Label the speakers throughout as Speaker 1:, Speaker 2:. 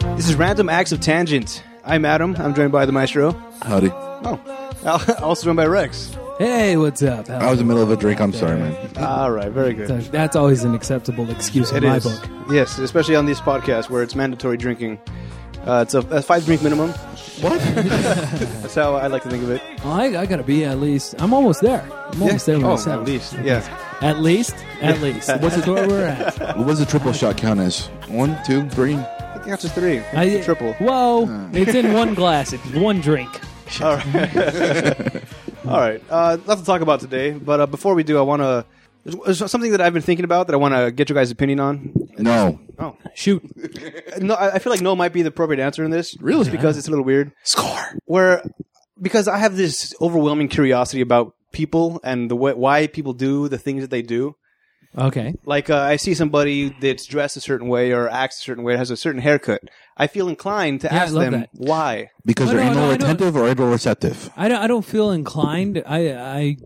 Speaker 1: Phantom Acts of Tangent. I'm Adam. I'm joined by the Maestro.
Speaker 2: Howdy.
Speaker 1: Oh, Al- also joined by Rex.
Speaker 3: Hey, what's up? How-
Speaker 2: I was in the middle of a drink. I'm sorry, man.
Speaker 1: All right, very good.
Speaker 3: That's- That's always an acceptable excuse in
Speaker 1: It
Speaker 3: my
Speaker 1: is.
Speaker 3: book.
Speaker 1: Yes, especially on this podcast where it's mandatory drinking. Uh, it's a, a five drink minimum. What? That's how I like to think of it.
Speaker 3: Well, I, I gotta be at least. I'm almost there. I'm almost there
Speaker 1: Oh,
Speaker 3: myself.
Speaker 1: at least. Yeah.
Speaker 3: At least. At least. That's where we're at.
Speaker 2: What does a triple shot count as? One, two, three.
Speaker 1: I think that's just three. It's
Speaker 3: I- uh,
Speaker 1: a triple.
Speaker 3: Whoa!
Speaker 4: It's in one glass. It's one drink.
Speaker 1: All right. All right. Uh, lots to talk about today, but uh, before we do, I want to. There's there's something that I've been thinking about that I want to get your guys' opinion on.
Speaker 2: No.
Speaker 1: Oh,
Speaker 3: Shoot.
Speaker 1: no! I I feel like no might be the appropriate answer in this.
Speaker 2: Really?
Speaker 1: just because it's a little weird.
Speaker 2: Score.
Speaker 1: Where because I have this overwhelming curiosity about people and the way, why people do the things that they do.
Speaker 3: Okay.
Speaker 1: Like uh, I see somebody that's dressed a certain way or acts a certain way, has a certain haircut. I feel inclined to
Speaker 3: Yeah, I
Speaker 1: ask
Speaker 3: love
Speaker 1: them
Speaker 3: that.
Speaker 1: why.
Speaker 2: Because
Speaker 3: No,
Speaker 2: they're
Speaker 3: no,
Speaker 2: anal
Speaker 3: no, I don't-
Speaker 2: retentive or anal receptive.
Speaker 3: I don't, I don't feel inclined. I I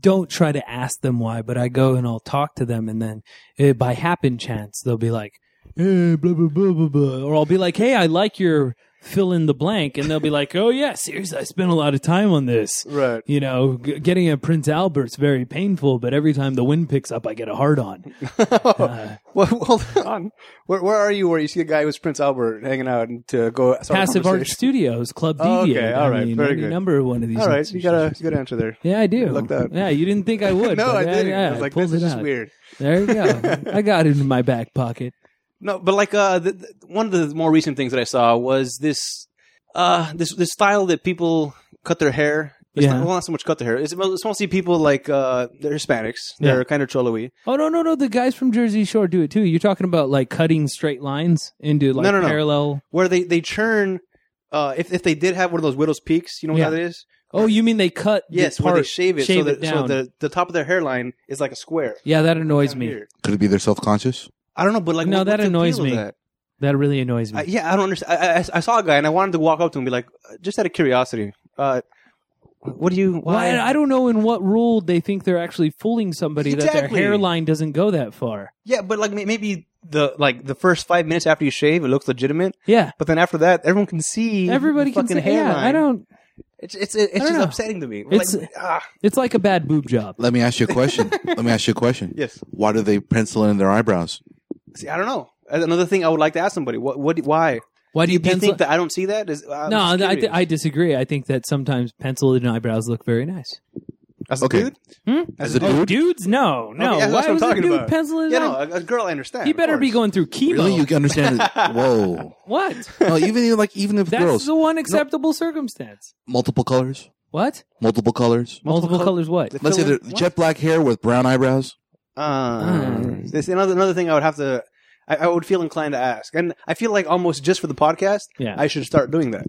Speaker 3: don't try to ask them why, but I go and I'll talk to them, and then eh, by happen chance they'll be like, eh, blah blah blah blah blah, or I'll be like, hey, I like your fill in the blank, and they'll be like, oh yeah, seriously, I spent a lot of time on this.
Speaker 1: Right.
Speaker 3: You know, g- getting a Prince Albert's very painful, but every time the wind picks up, I get a hard on.
Speaker 1: Oh,
Speaker 3: Uh,
Speaker 1: Well, hold on. Where, where are you? Where you see a guy who's Prince Albert hanging out and to go start a
Speaker 3: Passive Art
Speaker 1: conversation?
Speaker 3: Studios, Club
Speaker 1: Oh, okay,
Speaker 3: Deviant.
Speaker 1: all right,
Speaker 3: I mean,
Speaker 1: very
Speaker 3: any
Speaker 1: good.
Speaker 3: Number one of these.
Speaker 1: All right, you got a good answer there.
Speaker 3: Yeah, I do.
Speaker 1: Looked up.
Speaker 3: Yeah, you didn't think I would.
Speaker 1: No,
Speaker 3: but
Speaker 1: I
Speaker 3: yeah,
Speaker 1: didn't.
Speaker 3: Yeah,
Speaker 1: I was like,
Speaker 3: pulled
Speaker 1: this is
Speaker 3: it
Speaker 1: just
Speaker 3: out.
Speaker 1: weird.
Speaker 3: There you go. I got it in my back pocket.
Speaker 1: No, but like uh, the, the- one of the more recent things that I saw was this uh this this style that people cut their hair. It's
Speaker 3: Yeah.
Speaker 1: not, well, not so much cut their hair. It's, mo- it's mostly people like uh they're Hispanics. They're
Speaker 3: Yeah.
Speaker 1: kind of cholo-y.
Speaker 3: Oh no, no, no! The guys from Jersey Shore do it too. You're talking about like cutting straight lines into like
Speaker 1: No, no, no.
Speaker 3: parallel.
Speaker 1: where they they churn. Uh, if if they did have one of those widow's peaks, you know what
Speaker 3: Yeah.
Speaker 1: that is?
Speaker 3: Oh, you mean they cut? the
Speaker 1: Yes, where they
Speaker 3: part-
Speaker 1: shave it so that so
Speaker 3: down.
Speaker 1: the the top of their hairline is like a square.
Speaker 3: yeah, that annoys
Speaker 1: Kinda
Speaker 3: me.
Speaker 1: weird.
Speaker 2: Could it be they're self conscious?
Speaker 1: I don't know, but like
Speaker 3: No,
Speaker 1: what-
Speaker 3: that
Speaker 1: what's the
Speaker 3: annoys
Speaker 1: appeal of
Speaker 3: me.
Speaker 1: that?
Speaker 3: That really annoys me.
Speaker 1: I, yeah, I don't understand. I, I I saw a guy and I wanted to walk up to him and be like, uh, just out of curiosity, uh, what do you?
Speaker 3: well,
Speaker 1: Why?
Speaker 3: I, I don't know in what rule they think they're actually fooling somebody that
Speaker 1: Exactly.
Speaker 3: their hairline doesn't go that far.
Speaker 1: Yeah, but like may- maybe the like the first five minutes after you shave, it looks legitimate.
Speaker 3: Yeah,
Speaker 1: But then after that, everyone can see
Speaker 3: everybody
Speaker 1: the
Speaker 3: can
Speaker 1: fucking
Speaker 3: say.
Speaker 1: hairline.
Speaker 3: Yeah, I don't.
Speaker 1: It's it's it's
Speaker 3: don't
Speaker 1: just
Speaker 3: know.
Speaker 1: upsetting to me.
Speaker 3: It's-
Speaker 1: like, ah,
Speaker 3: It's like a bad boob job.
Speaker 2: Let me ask you a question. Let me ask you a question.
Speaker 1: Yes.
Speaker 2: Why do they pencil in their eyebrows?
Speaker 1: see, I don't know. Another thing I would like to ask somebody: what what why?
Speaker 3: Why do you
Speaker 1: Do you
Speaker 3: pencil?
Speaker 1: think that I don't see that? Is, uh, I'm
Speaker 3: no,
Speaker 1: just
Speaker 3: I,
Speaker 1: curious.
Speaker 3: I disagree. I think that sometimes penciled in eyebrows look very nice.
Speaker 1: As a
Speaker 2: Okay.
Speaker 1: dude?
Speaker 2: As a
Speaker 3: Oh,
Speaker 2: dude,
Speaker 3: dudes, no, no.
Speaker 1: Okay, that's
Speaker 3: Why
Speaker 1: what I'm
Speaker 3: was
Speaker 1: talking
Speaker 3: a dude
Speaker 1: about.
Speaker 3: penciling?
Speaker 1: Yeah,
Speaker 3: in?
Speaker 1: no, a, a girl I understand.
Speaker 3: he
Speaker 1: of
Speaker 3: better be
Speaker 1: course.
Speaker 3: going through chemo.
Speaker 2: really? You can understand it? Whoa.
Speaker 3: what?
Speaker 2: No, even even, like even if
Speaker 3: That's
Speaker 2: girls,
Speaker 3: the one acceptable circumstance.
Speaker 2: multiple colors,
Speaker 3: What?
Speaker 2: multiple colors.
Speaker 3: Multiple,
Speaker 1: col-
Speaker 3: colors. What?
Speaker 1: The
Speaker 2: Let's say
Speaker 1: fill-in-
Speaker 2: they're jet black hair with brown eyebrows.
Speaker 1: Uh,
Speaker 3: Mm.
Speaker 1: this another another thing I would have to. I, I would feel inclined to ask, and I feel like almost just for the podcast,
Speaker 3: Yeah.
Speaker 1: I should start doing that.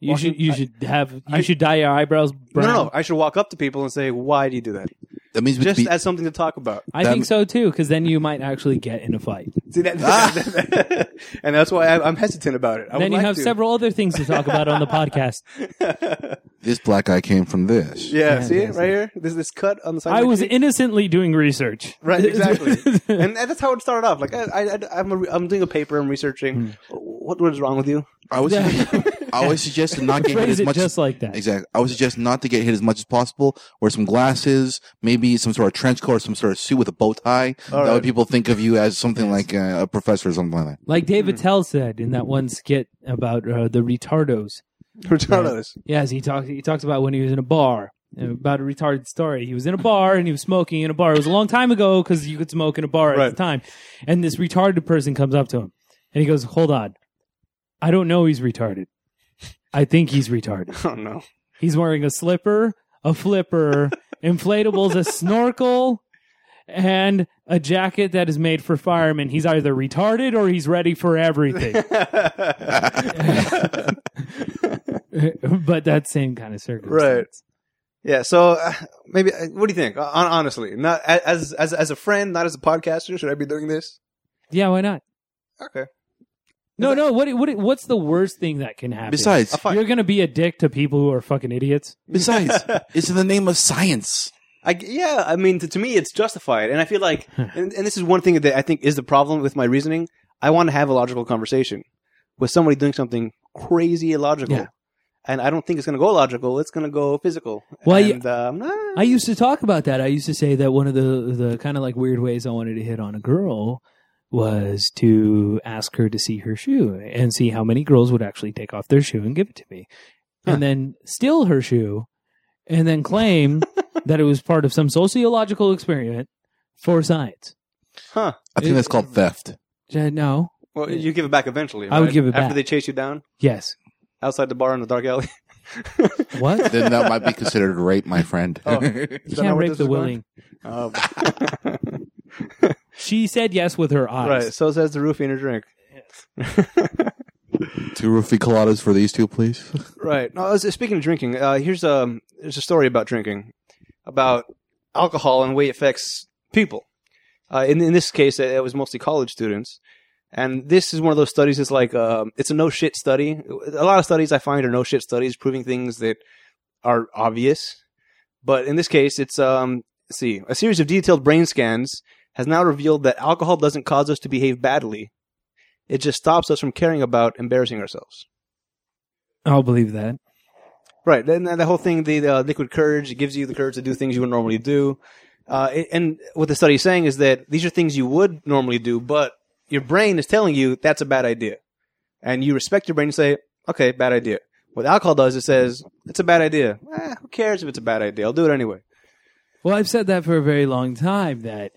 Speaker 3: you should. You should have. You should dye your eyebrows brown.
Speaker 1: No, no, no, I should walk up to people and say, "Why do you do that?"
Speaker 2: That means we
Speaker 1: Just
Speaker 2: be,
Speaker 1: as something to talk about.
Speaker 3: I
Speaker 2: That-
Speaker 3: think so too, because then you might actually get in a fight.
Speaker 1: See that, and that's why I, I'm hesitant about it. I would
Speaker 3: then you
Speaker 1: like
Speaker 3: have
Speaker 1: to.
Speaker 3: several other things to talk about on the podcast.
Speaker 2: this black eye came from this.
Speaker 1: Yeah,
Speaker 3: Yeah,
Speaker 1: see it
Speaker 3: yeah,
Speaker 1: right here. This this cut on the side. of
Speaker 3: I
Speaker 1: my
Speaker 3: was
Speaker 1: cheek?
Speaker 3: innocently doing research.
Speaker 1: right exactly, and that's how it started off. Like I, I I'm a, re- I'm doing a paper. I'm researching. What what is wrong with you?
Speaker 2: I would, I always suggest to not get hit
Speaker 3: Phrase
Speaker 2: as
Speaker 3: it
Speaker 2: much
Speaker 3: just like that.
Speaker 2: Exactly. I would suggest not to get hit as much as possible. Wear some glasses, maybe some sort of trench coat, or some sort of suit with a bow tie. that
Speaker 1: right.
Speaker 2: way people think of you as something like uh, a professor or something like that.
Speaker 3: Like
Speaker 1: Mm.
Speaker 3: David Tell said in that one skit about uh, the retardos.
Speaker 1: Retardless.
Speaker 3: Yes, he talked. He talked about when he was in a bar uh, about a retarded story. He was in a bar and he was smoking in a bar. It was a long time ago because you could smoke in a bar
Speaker 1: Right.
Speaker 3: at the time. And this retarded person comes up to him and he goes, "Hold on, I don't know he's retarded. I think he's retarded.
Speaker 1: Oh no.
Speaker 3: He's wearing a slipper, a flipper, inflatables, a snorkel." And a jacket that is made for firemen. He's either retarded or he's ready for everything. but that same kind of circumstance.
Speaker 1: Right. Yeah. So uh, maybe. Uh, what do you think? Uh, hon- honestly, not a- as as as a friend, not as a podcaster. Should I be doing this?
Speaker 3: Yeah, why not?
Speaker 1: Okay.
Speaker 3: No, no. What, what? What's the worst thing that can happen?
Speaker 2: Besides,
Speaker 1: A fight.
Speaker 3: you're gonna be a dick to people who are fucking idiots.
Speaker 2: besides, it's in the name of science.
Speaker 1: I, yeah, I mean, to, to me, it's justified, and I feel
Speaker 3: Hmm.
Speaker 1: like, and, and this is one thing that I think is the problem with my reasoning. I want to have a logical conversation. with somebody doing something crazy illogical.
Speaker 3: Yeah.
Speaker 1: And I don't think it's going to go logical. It's going to go physical.
Speaker 3: Well,
Speaker 1: and, um, ah,
Speaker 3: I used to talk about that. I used to say that one of the the kind of like weird ways I wanted to hit on a girl was to ask her to see her shoe and see how many girls would actually take off their shoe and give it to me,
Speaker 1: Huh.
Speaker 3: and then steal her shoe, and then claim that it was part of some sociological experiment for science.
Speaker 1: huh.
Speaker 2: I think
Speaker 3: It-
Speaker 2: that's called theft.
Speaker 3: Uh, No.
Speaker 1: Well, you give it back eventually.
Speaker 3: I would
Speaker 1: right?
Speaker 3: give it
Speaker 1: after
Speaker 3: back.
Speaker 1: they chase you down
Speaker 3: Yes.
Speaker 1: outside the bar in the dark alley.
Speaker 3: What?
Speaker 2: Then that might be considered rape, my friend.
Speaker 1: Oh.
Speaker 3: You
Speaker 1: that not where
Speaker 3: can't rape
Speaker 1: this
Speaker 3: the
Speaker 1: is going?
Speaker 3: willing.
Speaker 1: Um,
Speaker 3: She said yes with her eyes.
Speaker 1: right. So says the roofie in her drink.
Speaker 2: Two roofie coladas for these two, please.
Speaker 1: Right. No, I was- speaking of drinking, uh, here's um there's a story about drinking, about alcohol and the way it affects people. Uh, in in this case, it, it was mostly college students, and this is one of those studies. It's like um it's a no shit study. A lot of studies I find are no shit studies, proving things that are obvious. But in this case, it's um let's see a series of detailed brain scans has now revealed that alcohol doesn't cause us to behave badly. It just stops us from caring about embarrassing ourselves.
Speaker 3: I'll believe that.
Speaker 1: Right, and the whole thing, the, the liquid courage, it gives you the courage to do things you would normally do. Uh, it- and what the study is saying is that these are things you would normally do, but your brain is telling you that's a bad idea, and you respect your brain and say, "Okay, bad idea." What alcohol does, it says it's a bad idea. Eh, who cares if it's a bad idea? I'll do it anyway.
Speaker 3: Well, I've said that for a very long time that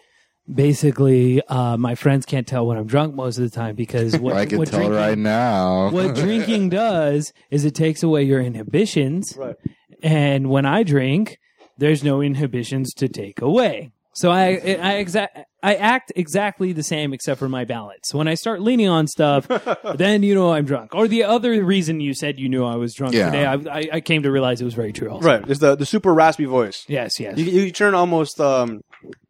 Speaker 3: basically uh, my friends can't tell when I'm drunk most of the time because what,
Speaker 2: I can
Speaker 3: what
Speaker 2: tell
Speaker 3: drinking,
Speaker 2: right now.
Speaker 3: what drinking does is it takes away your inhibitions.
Speaker 1: Right.
Speaker 3: And when I drink, there's no inhibitions to take away. So I I exact I act exactly the same except for my balance. When I start leaning on stuff, then you know I'm drunk. Or the other reason you said you knew I was drunk
Speaker 2: Yeah.
Speaker 3: today, I, I, I came to realize it was very true. Also.
Speaker 1: Right, it's the the super raspy voice.
Speaker 3: Yes. Yes.
Speaker 1: You, you turn almost um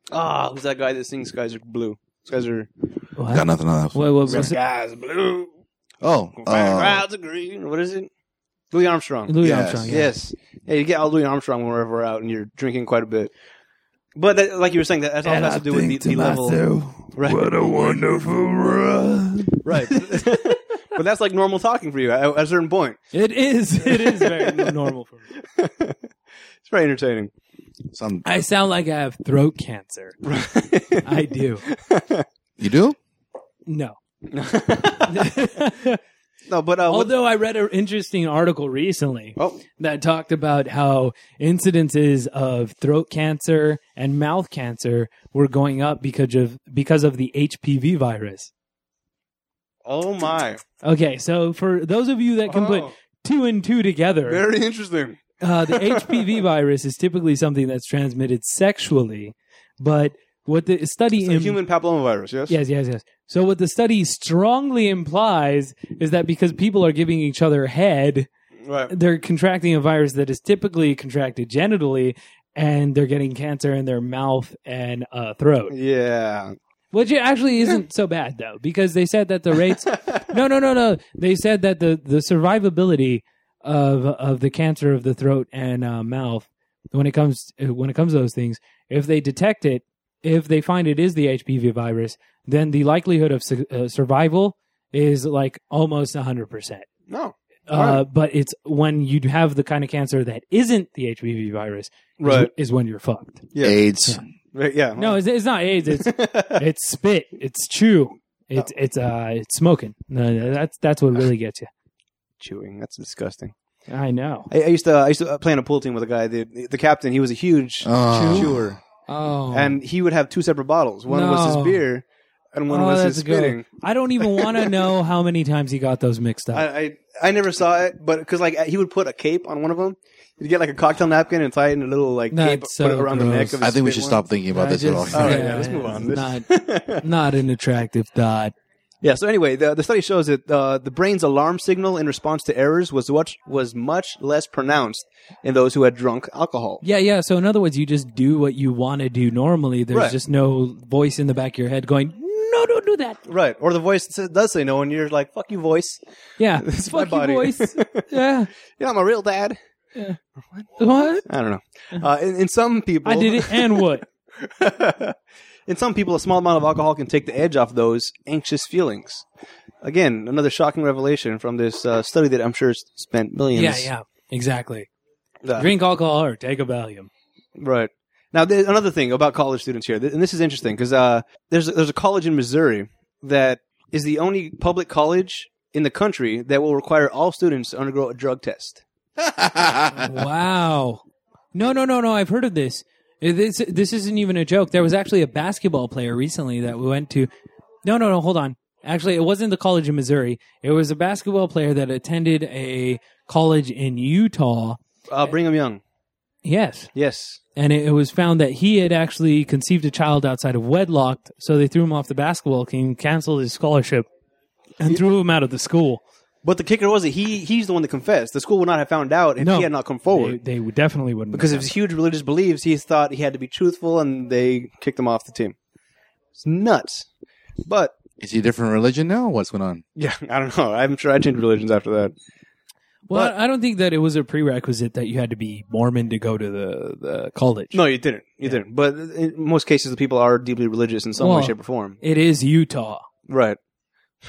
Speaker 1: ah who's that guy that sings "Skies Are Blue"? Skies are
Speaker 3: What?
Speaker 2: Got nothing on that.
Speaker 3: What- what was it?
Speaker 1: skies blue,
Speaker 2: Oh, uh,
Speaker 1: clouds are green. What is it? Louis Armstrong.
Speaker 3: Louis
Speaker 2: Yes.
Speaker 3: Armstrong. yeah.
Speaker 1: Yes. Yeah, you get all Louis Armstrong whenever we're out and you're drinking quite a bit. But that, like you were saying, that that's all has to do with the, the level. Right.
Speaker 2: What a wonderful run.
Speaker 1: Right. but that's like normal talking for you at, at a certain point.
Speaker 3: It is. It is very normal for me.
Speaker 1: It's very entertaining.
Speaker 2: Some
Speaker 3: I sound like I have throat cancer. I do.
Speaker 2: you do?
Speaker 3: No.
Speaker 1: No, but uh, what,
Speaker 3: Although I read an interesting article recently
Speaker 1: oh,
Speaker 3: that talked about how incidences of throat cancer and mouth cancer were going up because of because of the HPV virus.
Speaker 1: oh my,
Speaker 3: Okay, so for those of you that can put
Speaker 1: Oh.
Speaker 3: two and two together,
Speaker 1: very interesting.
Speaker 3: uh, the HPV virus is typically something that's transmitted sexually, but what the study
Speaker 1: It's a
Speaker 3: im-
Speaker 1: human papillomavirus, yes.
Speaker 3: yes yes yes. So what the study strongly implies is that because people are giving each other head,
Speaker 1: Right.
Speaker 3: they're contracting a virus that is typically contracted genitally, and they're getting cancer in their mouth and uh, throat,
Speaker 1: Yeah.
Speaker 3: which it actually isn't so bad though, because they said that the rates. no no no no. They said that the the survivability of of the cancer of the throat and uh, mouth when it comes when it comes to those things, if they detect it, if they find it is the HPV virus, then the likelihood of su- uh, survival is like almost hundred percent.
Speaker 1: No.
Speaker 3: Uh, but it's when you have the kind of cancer that isn't the HPV virus, is-
Speaker 1: Right. Uh-huh.
Speaker 3: is, when you're fucked.
Speaker 1: Yeah.
Speaker 2: AIDS.
Speaker 1: Right, Yeah.
Speaker 3: No, it's, it's not AIDS. It's it's spit. It's chew. It's it's uh it's smoking. No, no, that's that's what really gets you.
Speaker 1: Chewing. That's disgusting.
Speaker 3: I know.
Speaker 1: I, I used to I used to play on a pool team with a guy. The, the captain, he was a huge
Speaker 2: Oh.
Speaker 1: chewer.
Speaker 3: Oh,
Speaker 1: and he would have two separate bottles. One was
Speaker 3: No.
Speaker 1: his beer, and
Speaker 3: Oh,
Speaker 1: one was his spitting.
Speaker 3: I don't even want to know how many times he got those mixed up.
Speaker 1: I, I I never saw it, but because like he would put a cape on one of them, he'd get like a cocktail napkin and tie it in a little like cape,
Speaker 3: That's
Speaker 1: put it
Speaker 3: so
Speaker 1: around the neck.
Speaker 3: gross.
Speaker 1: Of his
Speaker 2: I think we
Speaker 1: spit one.
Speaker 2: should stop thinking about
Speaker 3: I
Speaker 2: this at all.
Speaker 3: just-
Speaker 1: All right,
Speaker 3: Yeah,
Speaker 1: yeah, let's move
Speaker 3: yeah,
Speaker 1: on.
Speaker 3: it's not an attractive thought.
Speaker 1: yeah. So anyway, the the study shows that uh, the brain's alarm signal in response to errors was much was much less pronounced in those who had drunk alcohol.
Speaker 3: Yeah, yeah. So in other words, you just do what you want to do normally. There's
Speaker 1: Right.
Speaker 3: just no voice in the back of your head going, "No, don't do that."
Speaker 1: Right, or the voice says- does say no, and you're like, "Fuck you, voice.
Speaker 3: Yeah,
Speaker 1: It's
Speaker 3: fuck
Speaker 1: my
Speaker 3: your
Speaker 1: body.
Speaker 3: voice. yeah,
Speaker 1: You're not my real dad."
Speaker 3: what?
Speaker 1: I don't know. Uh, in, in some people,
Speaker 3: I did it, and what?
Speaker 1: in some people, a small amount of alcohol can take the edge off those anxious feelings. Again, another shocking revelation from this uh, study that I'm sure s- spent millions.
Speaker 3: Yeah, yeah, exactly.
Speaker 1: Uh,
Speaker 3: Drink alcohol or take a Valium.
Speaker 1: Right. Now, there's another thing about college students here, th- and this is interesting because uh, there's there's a college in Missouri that is the only public college in the country that will require all students to undergo a drug test.
Speaker 3: wow. No, no, no, no. I've heard of this. Uh, This this isn't even a joke. There was actually a basketball player recently that we went to. No, no, no. Hold on. Actually, it wasn't the college in Missouri. It was a basketball player that attended a college in Utah.
Speaker 1: Uh, Brigham Young,
Speaker 3: Yes,
Speaker 1: yes,
Speaker 3: and it, it was found that he had actually conceived a child outside of wedlock. So they threw him off the basketball team, canceled his scholarship, and threw him out of the school.
Speaker 1: but the kicker was that he he's the one that confessed. The school would not have found out if
Speaker 3: No.
Speaker 1: he had not come
Speaker 4: They,
Speaker 1: forward
Speaker 4: they would definitely wouldn't.
Speaker 1: because of
Speaker 4: have
Speaker 1: his huge religious beliefs. He thought he had to be truthful, and they kicked him off the team. It's nuts. But
Speaker 2: Is he a different religion now? What's going on?
Speaker 1: yeah, I don't know. I'm sure I changed religions after that.
Speaker 3: Well,
Speaker 1: But-
Speaker 3: I don't think that it was a prerequisite that you had to be Mormon to go to the, the college.
Speaker 1: No, you didn't. You didn't. But in most cases, the people are deeply religious in some way,
Speaker 3: Well-
Speaker 1: shape, or form.
Speaker 3: It is Utah.
Speaker 1: Right.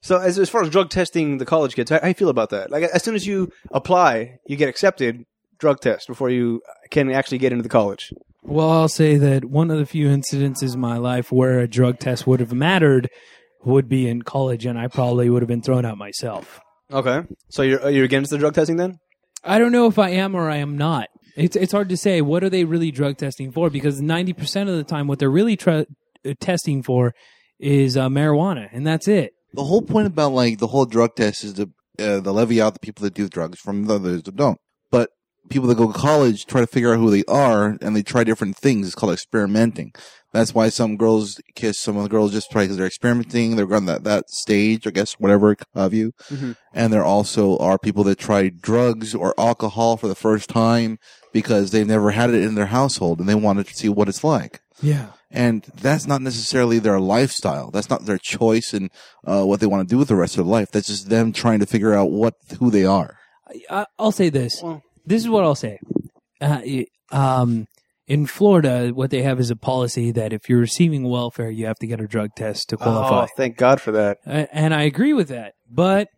Speaker 1: so, as, as far as drug testing the college kids, how, how you feel about that? Like, as soon as you apply, you get accepted. Drug test before you can actually get into the college.
Speaker 3: Well, I'll say that one of the few incidences in my life where a drug test would have mattered would be in college, and I probably would have been thrown out myself.
Speaker 1: Okay. So you're you're against the drug testing then?
Speaker 3: I don't know if I am or I am not. It's it's hard to say. What are they really drug testing for? Because ninety percent of the time, what they're really tra- uh, testing for is uh, marijuana, and that's it.
Speaker 2: The whole point about like the whole drug test is to uh, the levy out the people that do drugs from the others that don't. But people that go to college try to figure out who they are and they try different things. It's called experimenting. That's why some girls kiss some of the girls just because they're experimenting. They're on that, that stage, I guess, whatever of you.
Speaker 1: Mhm.
Speaker 2: And there also are people that try drugs or alcohol for the first time because they've never had it in their household and they wanted to see what it's like
Speaker 3: Yeah.
Speaker 2: and that's not necessarily their lifestyle. That's not their choice and uh, what they want to do with the rest of their life. That's just them trying to figure out what who they are.
Speaker 3: I, I'll say this.
Speaker 1: Well-
Speaker 3: this is what I'll say. Uh, y- um, in Florida, what they have is a policy that if you're receiving welfare, you have to get a drug test to qualify.
Speaker 1: Oh, thank God for that.
Speaker 3: Uh, and I agree with that. But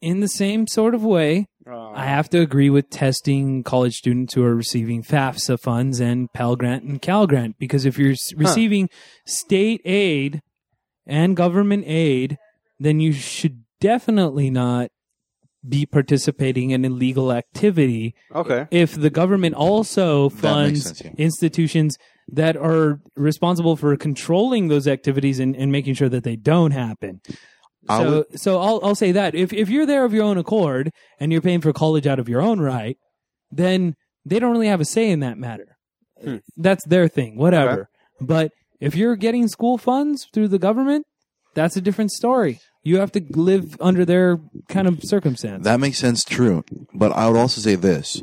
Speaker 3: in the same sort of way,
Speaker 1: Oh.
Speaker 3: I have to agree with testing college students who are receiving FAFSA funds and Pell Grant and Cal Grant because if you're s receiving state aid and government aid, then you should definitely not be participating in illegal activity
Speaker 1: okay.
Speaker 3: if the government also
Speaker 2: makes
Speaker 3: funds
Speaker 2: sense, yeah.
Speaker 3: institutions that are responsible for controlling those activities and, and making sure that they don't happen.
Speaker 2: I
Speaker 3: So, so I'll, I'll say that if, if you're there of your own accord and you're paying for college out of your own right, then they don't really have a say in that matter.
Speaker 1: Hmm.
Speaker 3: That's their thing, whatever. But if you're getting school funds through the government, that's a different story. You have to live under their kind of circumstance.
Speaker 2: That makes sense, true. But I would also say this: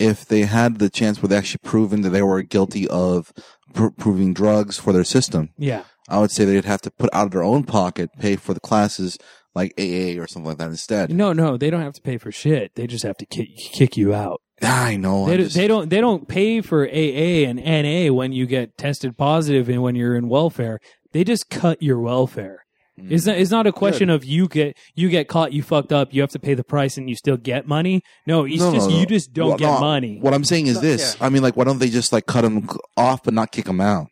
Speaker 2: if they had the chance where they actually proven that they were guilty of pr- proving drugs for their system,
Speaker 3: yeah.
Speaker 2: I would say they'd have to put out of their own pocket, pay for the classes like AA or something like that instead.
Speaker 3: No, no, they don't have to pay for shit. They just have to kick, kick you out.
Speaker 2: I know.
Speaker 3: They,
Speaker 2: I'm
Speaker 3: do-
Speaker 2: just-
Speaker 3: they don't. They don't pay for AA and NA when you get tested positive and when you're in welfare. They just cut your welfare.
Speaker 2: Hmm.
Speaker 3: It's not. It's not a question of you get you get caught. You fucked up. You have to pay the price and you still get money. No, it's
Speaker 2: No, no,
Speaker 3: just
Speaker 2: no.
Speaker 3: you just don't
Speaker 2: Well,
Speaker 3: get
Speaker 2: no,
Speaker 3: money.
Speaker 2: What I'm saying is this: I mean, like, why don't they just like cut them off but not kick them out?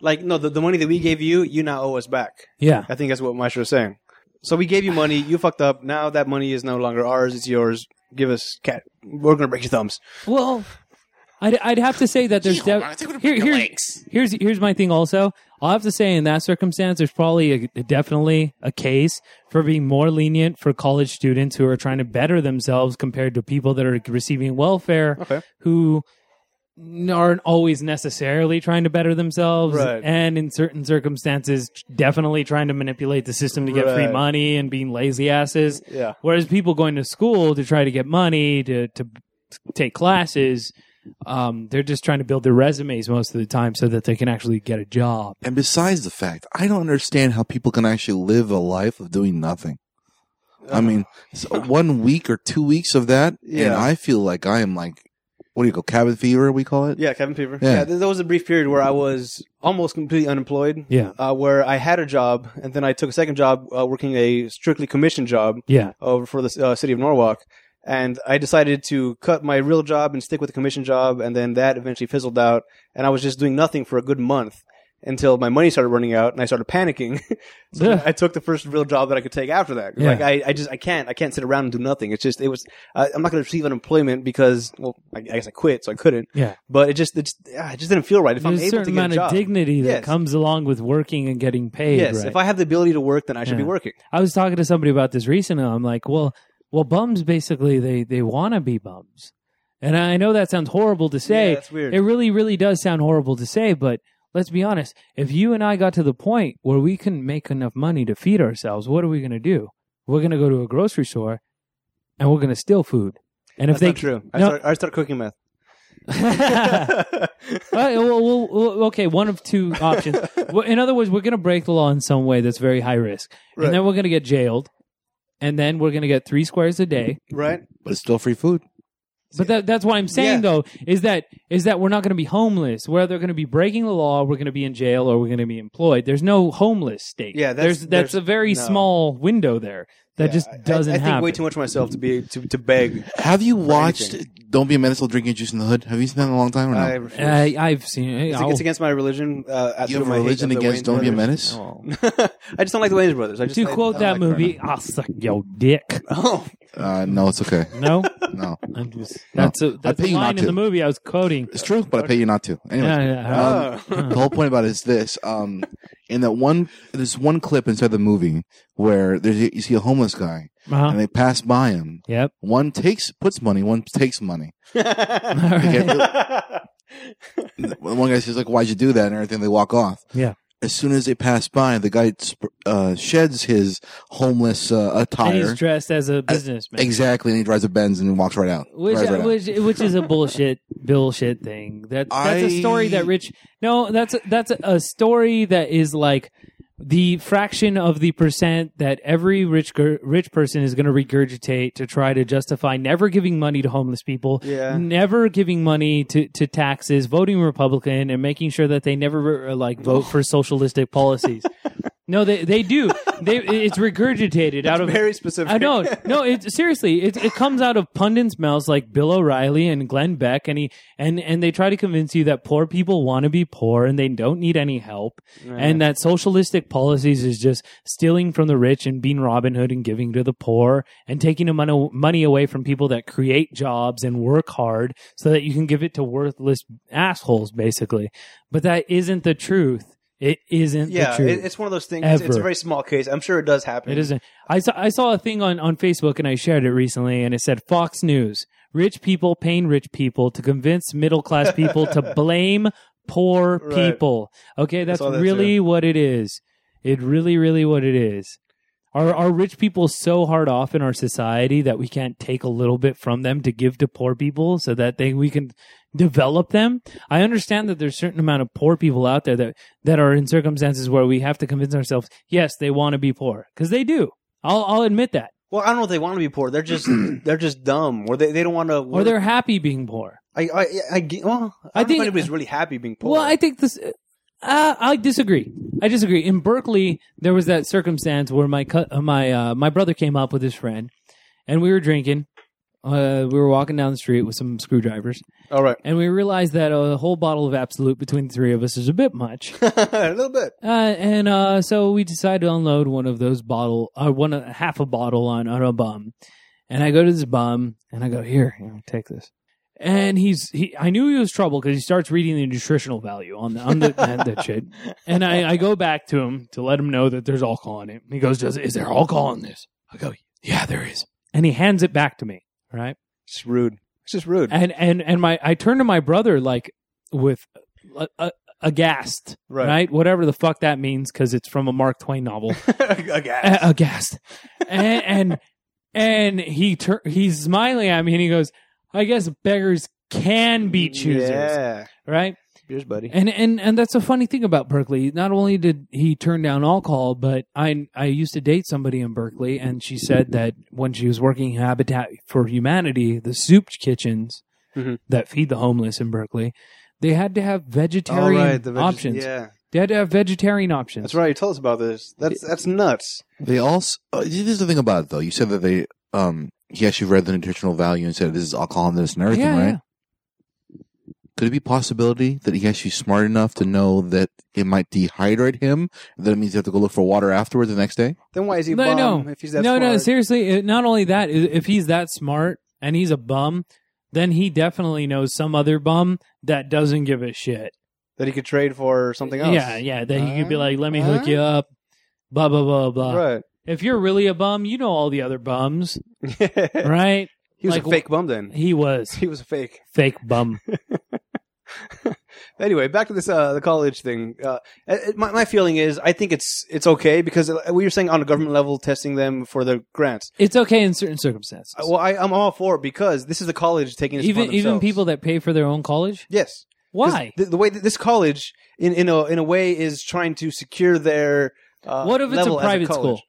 Speaker 1: Like no, the, the money that we gave you, you now owe us back.
Speaker 3: yeah.
Speaker 1: I think that's what Maestro is saying. So we gave you money, you fucked up. Now that money is no longer ours; it's yours. Give us cat. We're gonna break your thumbs.
Speaker 3: Well, I'd, I'd have to say that there's def- here, here's, here's here's my thing. Also, I'll have to say in that circumstance, there's probably a, definitely a case for being more lenient for college students who are trying to better themselves compared to people that are receiving welfare
Speaker 1: Okay.
Speaker 3: who aren't always necessarily trying to better themselves
Speaker 1: Right.
Speaker 3: and in certain circumstances definitely trying to manipulate the system to get free
Speaker 1: Right.
Speaker 3: money and being lazy asses
Speaker 1: Yeah.
Speaker 3: Whereas people going to school to try to get money to to take classes, um, they're just trying to build their resumes most of the time so that they can actually get a job.
Speaker 2: And besides the fact, I don't understand how people can actually live a life of doing nothing. I mean, so one week or two weeks of that, and
Speaker 1: Uh-huh. Yeah.
Speaker 2: I feel like I am like what do you call cabin fever? We call it.
Speaker 1: Yeah, cabin fever.
Speaker 2: Yeah.
Speaker 1: Yeah, th- there was a brief period where I was almost completely unemployed.
Speaker 3: Yeah.
Speaker 1: Uh, where I had a job, and then I took a second job uh, working a strictly commission job
Speaker 3: Yeah.
Speaker 1: over for the uh, city of Norwalk. And I decided to cut my real job and stick with the commission job, and then that eventually fizzled out. And I was just doing nothing for a good month until my money started running out, and I started panicking. so
Speaker 3: Yeah.
Speaker 1: I took the first real job that I could take after that.
Speaker 3: Yeah.
Speaker 1: Like I, I just I can't I can't sit around and do nothing. It's just it was I I'm not going to receive unemployment because well I, I guess I quit, so I couldn't.
Speaker 3: Yeah.
Speaker 1: But it just it just, ah, it just didn't feel right. If
Speaker 3: There's
Speaker 1: I'm
Speaker 3: a
Speaker 1: able
Speaker 3: certain
Speaker 1: to get
Speaker 3: amount
Speaker 1: a job,
Speaker 3: of dignity that
Speaker 1: Yes.
Speaker 3: comes along with working and getting paid.
Speaker 1: yes.
Speaker 3: right?
Speaker 1: If I have the ability to work, then I should be
Speaker 3: Yeah.
Speaker 1: working.
Speaker 3: I was talking to somebody about this recently. I'm like, well, well, bums basically they they want to be bums, and I know that sounds horrible to
Speaker 1: yeah,
Speaker 3: say.
Speaker 1: that's weird.
Speaker 3: it really, really does sound horrible to say, but let's be honest. If you and I got to the point where we couldn't make enough money to feed ourselves, what are we going to do? We're going to go to a grocery store, and we're going to steal food. And if
Speaker 1: that's not
Speaker 3: they
Speaker 1: true. I
Speaker 3: No.
Speaker 1: start I start cooking meth.
Speaker 3: All right, well, well, well, okay, one of two options. Well, in other words, we're going to break the law in some way that's very high risk,
Speaker 1: Right.
Speaker 3: and then we're going to get jailed, and then we're going to get three squares a day.
Speaker 1: right?
Speaker 2: But it's still free food.
Speaker 3: But that, that's what I'm saying,
Speaker 1: Yeah.
Speaker 3: though, is that is that we're not going to be homeless. We're either going to be breaking the law, we're going to be in jail, or we're going to be employed. There's no homeless state.
Speaker 1: Yeah, that's-
Speaker 3: there's that's
Speaker 1: there's-
Speaker 3: a very
Speaker 1: no.
Speaker 3: small window there that
Speaker 1: Yeah,
Speaker 3: just
Speaker 1: I-
Speaker 3: doesn't
Speaker 1: I, I think
Speaker 3: happen.
Speaker 1: way too much of myself to be to, to beg.
Speaker 2: Have you watched
Speaker 1: anything.
Speaker 2: "Don't Be a Menace" while drinking juice in the hood"? Have you seen that in a long time or no?
Speaker 1: I refuse.
Speaker 3: I, I've seen it.
Speaker 1: it's,
Speaker 3: Uh, I'll-
Speaker 1: it's against my religion. Uh, at
Speaker 2: you
Speaker 1: through
Speaker 2: have a
Speaker 1: my hate
Speaker 2: religion
Speaker 1: of the
Speaker 2: against
Speaker 1: Wayans
Speaker 2: "Don't Be a
Speaker 1: brothers.
Speaker 2: Menace."
Speaker 3: Oh.
Speaker 1: I just don't like the Wayne's brothers. I just
Speaker 3: to
Speaker 1: like-
Speaker 3: quote
Speaker 1: I
Speaker 3: that
Speaker 1: like
Speaker 3: movie, I'll suck your dick.
Speaker 1: Oh,
Speaker 2: Uh, no, it's okay.
Speaker 3: No,
Speaker 2: No,
Speaker 3: I'm just
Speaker 2: No.
Speaker 3: that's a that's
Speaker 2: pay
Speaker 3: a
Speaker 2: you
Speaker 3: line
Speaker 2: not
Speaker 3: in
Speaker 2: to.
Speaker 3: the movie I was quoting.
Speaker 2: it's true, but I pay you not to. Anyway,
Speaker 3: Yeah, yeah.
Speaker 2: Um,
Speaker 1: Oh.
Speaker 2: the whole point about it is this. Um, in that one, there's one clip inside the movie where there's you see a homeless guy
Speaker 3: Uh-huh.
Speaker 2: and they pass by him.
Speaker 3: Yep.
Speaker 2: One takes puts money, one takes money. The one guy says like, "Why'd you do that?" and everything. They walk off.
Speaker 3: Yeah.
Speaker 2: As soon as they pass by, the guy sp- uh, sheds his homeless uh,
Speaker 3: And he's
Speaker 2: attire
Speaker 3: dressed as a businessman.
Speaker 2: exactly, and he drives a Benz and walks right out.
Speaker 3: Which,
Speaker 2: Drives right out.
Speaker 3: which, which is a bullshit, bullshit thing. That that's a story
Speaker 2: I-
Speaker 3: that Rich. No, that's a, that's a, a story that is like the fraction of the percent that every rich gir- rich person is going to regurgitate to try to justify never giving money to homeless people,
Speaker 1: Yeah.
Speaker 3: never giving money to, to taxes, voting Republican, and making sure that they never uh, like vote for socialistic policies. No, they they do. They it's regurgitated out of
Speaker 1: very specific.
Speaker 3: I know. No, it seriously, it it comes out of pundits' mouths like Bill O'Reilly and Glenn Beck, and he and and they try to convince you that poor people want to be poor and they don't need any help, and that socialistic policies is just stealing from the rich and being Robin Hood and giving to the poor and taking the money money away from people that create jobs and work hard so that you can give it to worthless assholes, basically. But that isn't the truth. It isn't the
Speaker 1: Yeah,
Speaker 3: truth.
Speaker 1: it, it's one of those things. It's, it's a
Speaker 3: Ever.
Speaker 1: very small case. I'm sure it does happen.
Speaker 3: It isn't. I saw I saw a thing on on Facebook and I shared it recently, and it said Fox News: rich people paying rich people to convince middle class people to blame poor
Speaker 1: Right.
Speaker 3: people. Okay, that's
Speaker 1: saw that
Speaker 3: really what it is. It really, really what it is. Are are rich people so hard off in our society that we can't take a little bit from them to give to poor people so that they we can develop them? I understand that there's a certain amount of poor people out there that that are in circumstances where we have to convince ourselves, yes, they want to be poor because they do. I'll I'll admit that.
Speaker 1: Well, I don't know if they want to be poor. They're just they're just dumb, or they, they don't want to.
Speaker 3: Or they're happy being poor.
Speaker 1: I I, I, get- well, I,
Speaker 3: I
Speaker 1: don't think
Speaker 3: think-
Speaker 1: know if anybody's really happy being poor.
Speaker 3: Well, I think this. Uh, I disagree. I disagree. In Berkeley, there was that circumstance where my cu- uh, my uh, my brother came up with his friend, and we were drinking. Uh, we were walking down the street with some screwdrivers,
Speaker 1: all right,
Speaker 3: and we realized that a whole bottle of Absolute between the three of us is a bit much.
Speaker 1: a little bit.
Speaker 3: Uh, and uh, so we decided to unload one of those bottle, uh, one uh, half a bottle on, on a bum. And I go to this bum and I go, here, you know, take this. And he's, he, I knew he was trouble because he starts reading the nutritional value on the, on the on that shit. And I, I go back to him to let him know that there's alcohol in it. And he goes, Does, is there alcohol in this? I go, yeah, there is. And he hands it back to me, right?
Speaker 1: It's rude. It's just rude.
Speaker 3: and and and my I turned to my brother like with a, a, aghast,
Speaker 1: Right.
Speaker 3: right. Whatever the fuck that means, because it's from a Mark Twain novel.
Speaker 1: Again.
Speaker 3: A- aghast, and, and and he tur- he's smiling at me and he goes, "I guess beggars can be choosers,
Speaker 1: Yeah,
Speaker 3: right?"
Speaker 1: cheers, buddy.
Speaker 3: And and and that's a funny thing about Berkeley. Not only did he turn down alcohol, but I I used to date somebody in Berkeley, and she said that when she was working in Habitat for Humanity, the soup kitchens
Speaker 1: Mhm.
Speaker 3: that feed the homeless in Berkeley, they had to have vegetarian
Speaker 1: the veg-
Speaker 3: options.
Speaker 1: Yeah,
Speaker 3: They had to have vegetarian options.
Speaker 1: that's right. You told us about this. That's that's nuts.
Speaker 2: They also. Uh, this is the thing about it, though. You said that they. Um. He actually read the nutritional value and said this is alcohol and this and everything,
Speaker 3: yeah,
Speaker 2: right?
Speaker 3: yeah.
Speaker 2: Could it be a possibility that he actually smart enough to know that it might dehydrate him? That means you have to go look for water afterwards the next day.
Speaker 1: Then why is he a bum
Speaker 3: No, no.
Speaker 1: if he's that
Speaker 3: no, no,
Speaker 1: smart?
Speaker 3: seriously. It, not only that, i- if he's that smart and he's a bum, then he definitely knows some other bum that doesn't give a shit.
Speaker 1: that he could trade for something else.
Speaker 3: Yeah, yeah. That he could be
Speaker 1: Uh,
Speaker 3: like, "Let me hook
Speaker 1: uh.
Speaker 3: you up," blah blah blah blah.
Speaker 1: right.
Speaker 3: If you're really a bum, you know all the other bums, right?
Speaker 1: he was
Speaker 3: Like,
Speaker 1: a fake bum then.
Speaker 3: He was
Speaker 1: He was a fake.
Speaker 3: fake bum.
Speaker 1: Anyway, back to this uh, the college thing. Uh, it- it- my, my feeling is, I think it's it's okay because uh, we were saying on a government level testing them for their grants.
Speaker 3: It's okay in certain circumstances.
Speaker 1: Uh, Well, I, I'm all for it because this is the college taking this
Speaker 3: even
Speaker 1: upon
Speaker 3: even
Speaker 1: themselves.
Speaker 3: people that pay for their own college.
Speaker 1: Yes. 'Cause
Speaker 3: Why?
Speaker 1: The, the way that this college, in in a in a way, is trying to secure their. Uh,
Speaker 3: What if it's a
Speaker 1: level as
Speaker 3: private
Speaker 1: college.
Speaker 3: school?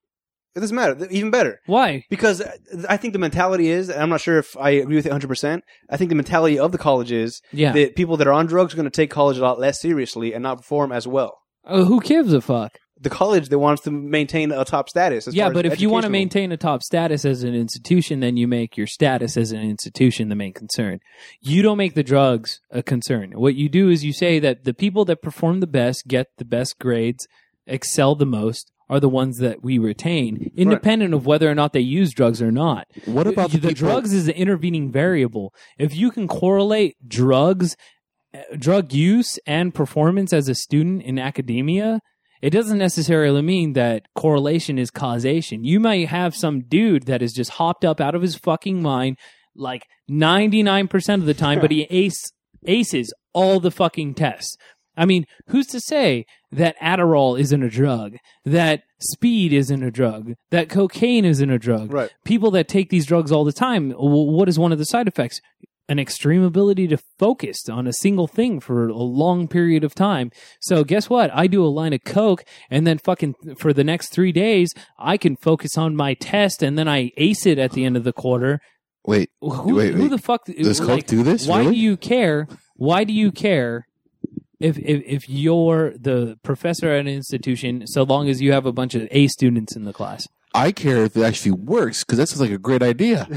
Speaker 1: It doesn't matter. Th- Even better.
Speaker 3: Why?
Speaker 1: because uh, I think the mentality is, and I'm not sure if I agree with it 100. percent I think the mentality of the college is
Speaker 3: Yeah.
Speaker 1: that people that are on drugs are going to take college a lot less seriously and not perform as well.
Speaker 3: Uh, who gives a fuck?
Speaker 1: The college that wants to maintain a top status. As
Speaker 3: Yeah,
Speaker 1: far as
Speaker 3: but if you want to
Speaker 1: educational-
Speaker 3: maintain a top status as an institution, then you make your status as an institution the main concern. You don't make the drugs a concern. What you do is you say that the people that perform the best, get the best grades, excel the most, are the ones that we retain, independent of whether or not they use drugs or not.
Speaker 2: What about the,
Speaker 3: the
Speaker 2: people-
Speaker 3: drugs is an intervening variable. If you can correlate drugs, uh, drug use, and performance as a student in academia, it doesn't necessarily mean that correlation is causation. You might have some dude that is just hopped up out of his fucking mind like 99% of the time, but he ace, aces all the fucking tests. I mean, who's to say that Adderall isn't a drug, that speed isn't a drug, that cocaine isn't a drug?
Speaker 1: right?
Speaker 3: people that take these drugs all the time, wh- what is one of the side effects? An extreme ability to focus on a single thing for a long period of time. So guess what? I do a line of coke, and then fucking for the next three days, I can focus on my test, and then I ace it at the end of the quarter.
Speaker 2: Wait,
Speaker 3: Who,
Speaker 2: Wait,
Speaker 3: who
Speaker 2: wait.
Speaker 3: the fuck?
Speaker 2: does Coke
Speaker 3: like,
Speaker 2: do this?
Speaker 3: why
Speaker 2: really?
Speaker 3: do you care? Why do you care if, if if you're the professor at an institution? So long as you have a bunch of A students in the class.
Speaker 2: I care if it actually works because that sounds like a great idea.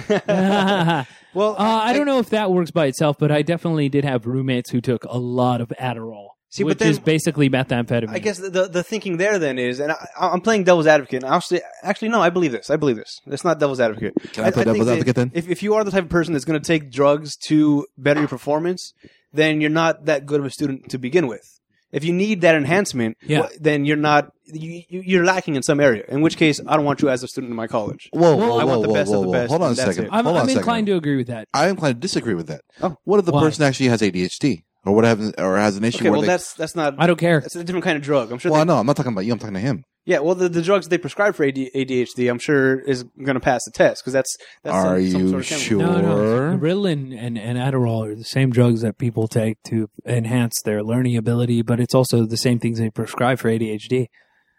Speaker 1: Well,
Speaker 3: Uh, I don't know if that works by itself, but I definitely did have roommates who took a lot of Adderall,
Speaker 1: See, but
Speaker 3: which
Speaker 1: then-
Speaker 3: is basically methamphetamine.
Speaker 1: I guess the, the the thinking there then is, and I, I'm playing devil's advocate. And actually, actually, no, I believe this. I believe this. That's not devil's advocate.
Speaker 2: Can I play
Speaker 1: think
Speaker 2: devil's
Speaker 1: that
Speaker 2: advocate then?
Speaker 1: If, if you are the type of person that's going to take drugs to better your performance, then you're not that good of a student to begin with. If you need that enhancement,
Speaker 3: Yeah.
Speaker 1: wh- then you're not you, you- you're lacking in some area. In which case, I don't want you as a student in my college.
Speaker 2: Whoa, whoa,
Speaker 1: I
Speaker 2: whoa,
Speaker 1: want the
Speaker 2: whoa,
Speaker 1: best of
Speaker 2: whoa,
Speaker 1: the
Speaker 2: whoa.
Speaker 1: best,
Speaker 2: Hold on a
Speaker 1: and that's
Speaker 2: second.
Speaker 1: it.
Speaker 3: I'm,
Speaker 2: Hold on
Speaker 3: I'm
Speaker 2: a second.
Speaker 3: inclined to agree with that.
Speaker 2: I am inclined to disagree with that.
Speaker 1: Oh.
Speaker 2: What if the
Speaker 3: Why?
Speaker 2: person actually has ADHD or what happens or has an issue?
Speaker 1: Okay,
Speaker 2: where
Speaker 1: well
Speaker 2: they,
Speaker 1: that's that's not.
Speaker 3: I don't care.
Speaker 1: That's a different kind of drug. I'm sure.
Speaker 2: well,
Speaker 1: they,
Speaker 2: no, I'm not talking about you. I'm talking to him.
Speaker 1: yeah. Well, the, the drugs they prescribe for AD, ADHD, I'm sure is going to pass the test because that's that's some-
Speaker 2: Are
Speaker 1: some,
Speaker 2: you
Speaker 1: sort of chemical.
Speaker 2: sure?
Speaker 3: No, no.
Speaker 2: Or-
Speaker 3: Ritalin and, and Adderall are the same drugs that people take to enhance their learning ability, but it's also the same things they prescribe for ADHD.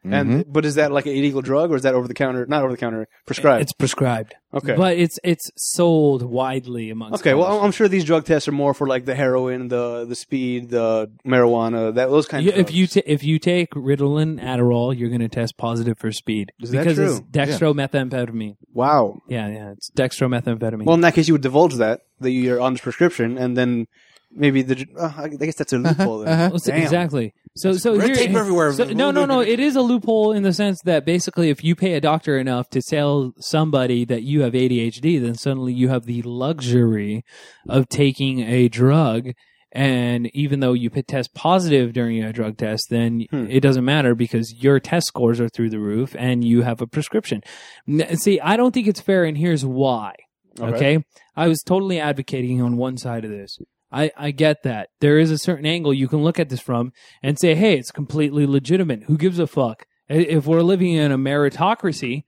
Speaker 1: And
Speaker 3: Mm-hmm.
Speaker 2: Mhm.
Speaker 1: but is that like an illegal drug or is that over the counter? Not over the counter, prescribed.
Speaker 3: It's prescribed,
Speaker 1: okay.
Speaker 3: but it's it's sold widely amongst.
Speaker 1: Okay, well,
Speaker 3: college-
Speaker 1: I'm- I'm sure these drug tests are more for like the heroin, the the speed, the marijuana, that those kinds.
Speaker 3: You-
Speaker 1: of
Speaker 3: if
Speaker 1: drugs.
Speaker 3: you ta if you take Ritalin, Adderall, you're going to test positive for speed
Speaker 1: Is that
Speaker 3: because it's
Speaker 1: true?
Speaker 2: Yeah.
Speaker 3: dextromethamphetamine.
Speaker 1: wow,
Speaker 3: Yeah, yeah, it's dextromethamphetamine.
Speaker 1: well, in that case, you would divulge that that you're on the prescription, and then maybe the dr- uh, I guess that's a loophole. Then.
Speaker 2: uh-huh.
Speaker 3: Well, so-
Speaker 1: Damn.
Speaker 3: exactly. So, so
Speaker 2: red
Speaker 3: here-
Speaker 2: tape everywhere.
Speaker 3: so- no, no, no. It is a loophole in the sense that basically, if you pay a doctor enough to tell somebody that you have ADHD, then suddenly you have the luxury of taking a drug. And even though you p- test positive during a drug test, then
Speaker 1: Hmm.
Speaker 3: it doesn't matter because your test scores are through the roof and you have a prescription. N- See, I don't think it's fair, and here's why.
Speaker 1: Okay.
Speaker 3: okay? I was totally advocating on one side of this. I, I get that. There is a certain angle you can look at this from and say, hey, it's completely legitimate. Who gives a fuck? I- If we're living in a meritocracy,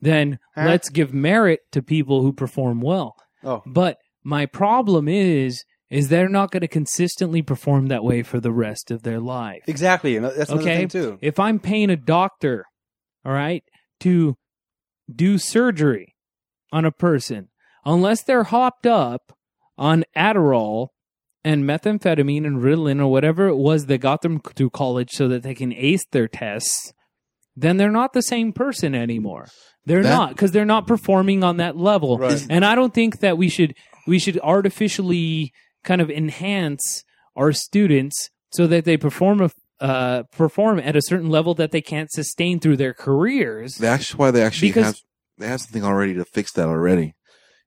Speaker 3: then
Speaker 1: Huh?
Speaker 3: let's give merit to people who perform well.
Speaker 1: Oh,
Speaker 3: But my problem is, is they're not going to consistently perform that way for the rest of their life.
Speaker 1: exactly, and that's another
Speaker 3: Okay.
Speaker 1: thing too.
Speaker 3: If I'm paying a doctor, all right, to do surgery on a person, unless they're hopped up on Adderall and methamphetamine and Ritalin or whatever it was that got them through college so that they can ace their tests, then they're not the same person anymore. They're
Speaker 2: That-
Speaker 3: not because they're not performing on that level.
Speaker 1: Right.
Speaker 3: And I don't think that we should we should artificially kind of enhance our students so that they perform a, uh, perform at a certain level that they can't sustain through their careers.
Speaker 2: That's why they actually
Speaker 3: Because-
Speaker 2: have they have something already to fix that already.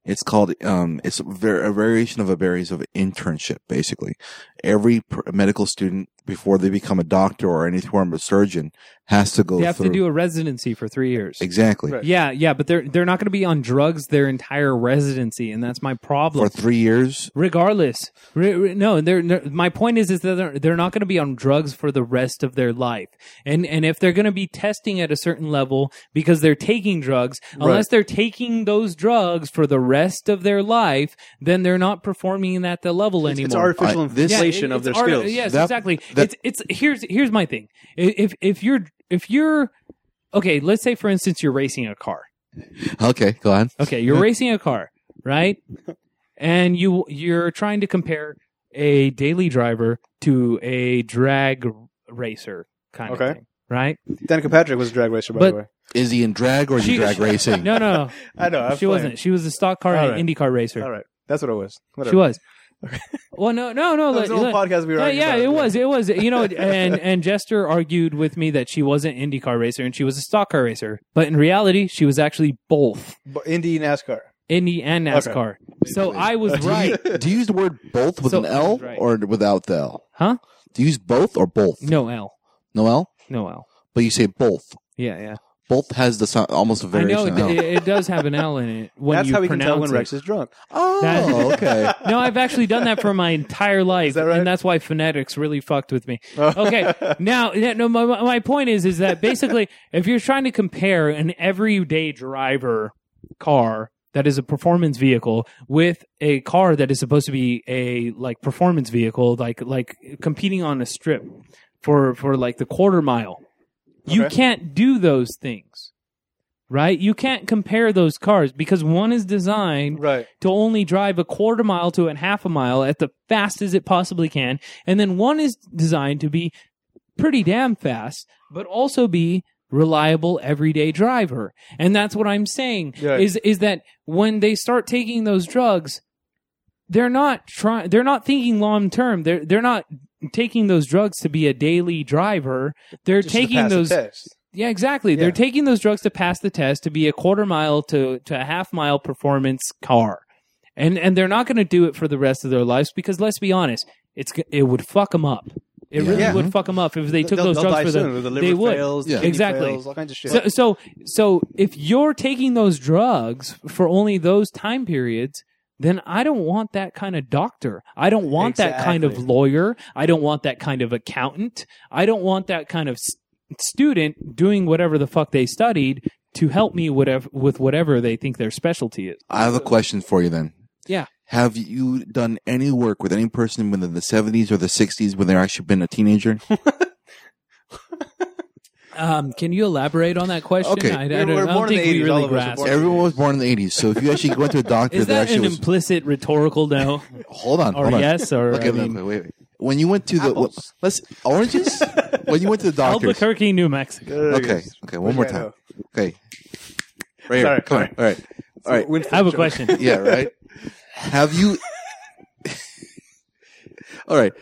Speaker 2: It's called um, it's a, var- a variation of a variance of internship. Basically, every pr- medical student before they become a doctor or any form of surgeon has to go
Speaker 3: they have
Speaker 2: through
Speaker 3: to do a residency for three years.
Speaker 2: exactly
Speaker 1: Right.
Speaker 3: Yeah, yeah, but they're they're not going to be on drugs their entire residency, and that's my problem.
Speaker 2: for three years.
Speaker 3: Regardless, re, re- no, they're, they're- my point is is that they're, they're not going to be on drugs for the rest of their life, and and if they're going to be testing at a certain level because they're taking drugs, unless they're taking those drugs for the rest of their life, then they're not performing at the level anymore.
Speaker 1: It's artificial
Speaker 2: I- this-
Speaker 1: inflation
Speaker 3: uh, Yeah, it-
Speaker 1: of their
Speaker 3: it's art-
Speaker 1: skills.
Speaker 3: Yes,
Speaker 2: That-
Speaker 3: exactly.
Speaker 2: that-
Speaker 3: it's it's here's here's my thing. I- If if you're if you're okay, let's say for instance you're racing a car.
Speaker 2: Okay, go on.
Speaker 3: Okay, you're racing a car, right? And you you're trying to compare a daily driver to a drag racer kind
Speaker 1: Okay.
Speaker 3: of thing, right?
Speaker 1: Danica Patrick was a drag racer, by
Speaker 3: But-
Speaker 1: the way.
Speaker 2: Is he in drag or is he
Speaker 3: She-
Speaker 2: drag racing?
Speaker 3: No, no,
Speaker 1: I know. I
Speaker 3: no.
Speaker 1: was
Speaker 3: she
Speaker 1: playing.
Speaker 3: wasn't. She was a stock car
Speaker 1: All
Speaker 3: and
Speaker 1: right.
Speaker 3: IndyCar racer.
Speaker 1: All right, that's what it was.
Speaker 3: She
Speaker 1: Whatever.
Speaker 3: was. Well, no, no, no.
Speaker 1: That was
Speaker 3: let-
Speaker 1: an old
Speaker 3: let-
Speaker 1: podcast we were.
Speaker 3: Yeah,
Speaker 1: arguing
Speaker 3: yeah,
Speaker 1: about.
Speaker 3: it was. It was. You know, and and Jester argued with me that she was an IndyCar racer and she was a stock car racer, but in reality, she was actually both
Speaker 1: But Indy NASCAR.
Speaker 3: Indy and
Speaker 1: Okay.
Speaker 3: NASCAR. So I was right.
Speaker 2: Do you, do you use the word both with
Speaker 3: So-
Speaker 2: an L
Speaker 3: Right.
Speaker 2: or without the L?
Speaker 3: Huh?
Speaker 2: Do you use both or both?
Speaker 3: No L.
Speaker 2: No L,
Speaker 3: No L.
Speaker 2: but you say both.
Speaker 3: Yeah, yeah.
Speaker 2: Both has the sound, almost a
Speaker 3: I
Speaker 2: variation.
Speaker 3: know it,
Speaker 2: of L.
Speaker 3: it, it does have an L in it when
Speaker 1: That's
Speaker 3: you
Speaker 1: how we can
Speaker 3: pronounce
Speaker 1: tell when
Speaker 3: it.
Speaker 1: Rex is drunk.
Speaker 2: oh,
Speaker 3: That-
Speaker 2: okay.
Speaker 3: No, I've actually done that for my entire life,
Speaker 1: Is that right?
Speaker 3: and that's why phonetics really fucked with me. Okay, now yeah, no, my, my point is is that basically, if you're trying to compare an everyday driver car that is a performance vehicle with a car that is supposed to be a like performance vehicle, like like competing on a strip for for like the quarter mile, you
Speaker 1: Okay.
Speaker 3: can't do those things. Right? You can't compare those cars because one is designed
Speaker 1: Right.
Speaker 3: to only drive a quarter mile to a half a mile at the fastest it possibly can. And then one is designed to be pretty damn fast, but also be reliable everyday driver. And that's what I'm saying
Speaker 1: Yeah.
Speaker 3: is is that when they start taking those drugs, they're not trying they're not thinking long term. They're they're not taking those drugs to be a daily driver. They're
Speaker 1: Just to
Speaker 3: taking
Speaker 1: pass the
Speaker 3: those
Speaker 1: test.
Speaker 3: yeah, exactly. They're
Speaker 1: Yeah.
Speaker 3: taking those drugs to pass the test to be a quarter mile to, to a half mile performance car. And and they're not going to do it for the rest of their lives because let's be honest, it's g- it would fuck them up. It
Speaker 2: Yeah.
Speaker 3: really
Speaker 1: Yeah. Mm-hmm.
Speaker 3: would fuck them up if they took
Speaker 1: They'll-
Speaker 3: those
Speaker 1: they'll
Speaker 3: drugs
Speaker 1: die
Speaker 3: for
Speaker 1: soon
Speaker 3: the
Speaker 1: with the liver
Speaker 3: they would.
Speaker 1: fails,
Speaker 2: Yeah.
Speaker 1: kidney
Speaker 3: Exactly.
Speaker 1: fails, all kinds of shit.
Speaker 3: So, so so if you're taking those drugs for only those time periods then I don't want that kind of doctor. I don't want that kind of
Speaker 1: Exactly.
Speaker 3: lawyer. I don't want that kind of accountant. I don't want that kind of s- student doing whatever the fuck they studied to help me whatever with whatever they think their specialty is.
Speaker 2: I have a question for you then.
Speaker 3: Yeah.
Speaker 2: Have you done any work with any person within the 70s or the 60s when they've actually been a teenager?
Speaker 3: Um, can you elaborate on that question?
Speaker 2: Okay.
Speaker 3: I, I
Speaker 1: We
Speaker 3: don't,
Speaker 1: were
Speaker 3: I don't
Speaker 1: born in
Speaker 3: think
Speaker 1: the
Speaker 3: we
Speaker 1: 80s,
Speaker 3: really
Speaker 1: all of us were
Speaker 3: grasped.
Speaker 1: born-
Speaker 2: Everyone was born in the 80s. So if you actually went to a doctor
Speaker 3: Is that an
Speaker 2: actually was.
Speaker 3: implicit rhetorical no
Speaker 2: Hold on.
Speaker 3: or
Speaker 2: hold on.
Speaker 3: yes or
Speaker 2: Okay,
Speaker 3: I
Speaker 2: look,
Speaker 3: mean,
Speaker 2: wait, wait, wait. When you went to the.
Speaker 1: Apples.
Speaker 2: let's, oranges? when you went to the doctor.
Speaker 3: Albuquerque, New Mexico.
Speaker 1: There it
Speaker 2: Okay,
Speaker 1: goes.
Speaker 2: okay, one more
Speaker 1: Yeah,
Speaker 2: time.
Speaker 1: no.
Speaker 2: Okay. Right here.
Speaker 1: Sorry,
Speaker 2: Come on. All right. All right.
Speaker 1: Winston
Speaker 3: I have a
Speaker 1: joke.
Speaker 3: question.
Speaker 2: yeah, right. Have you? All right.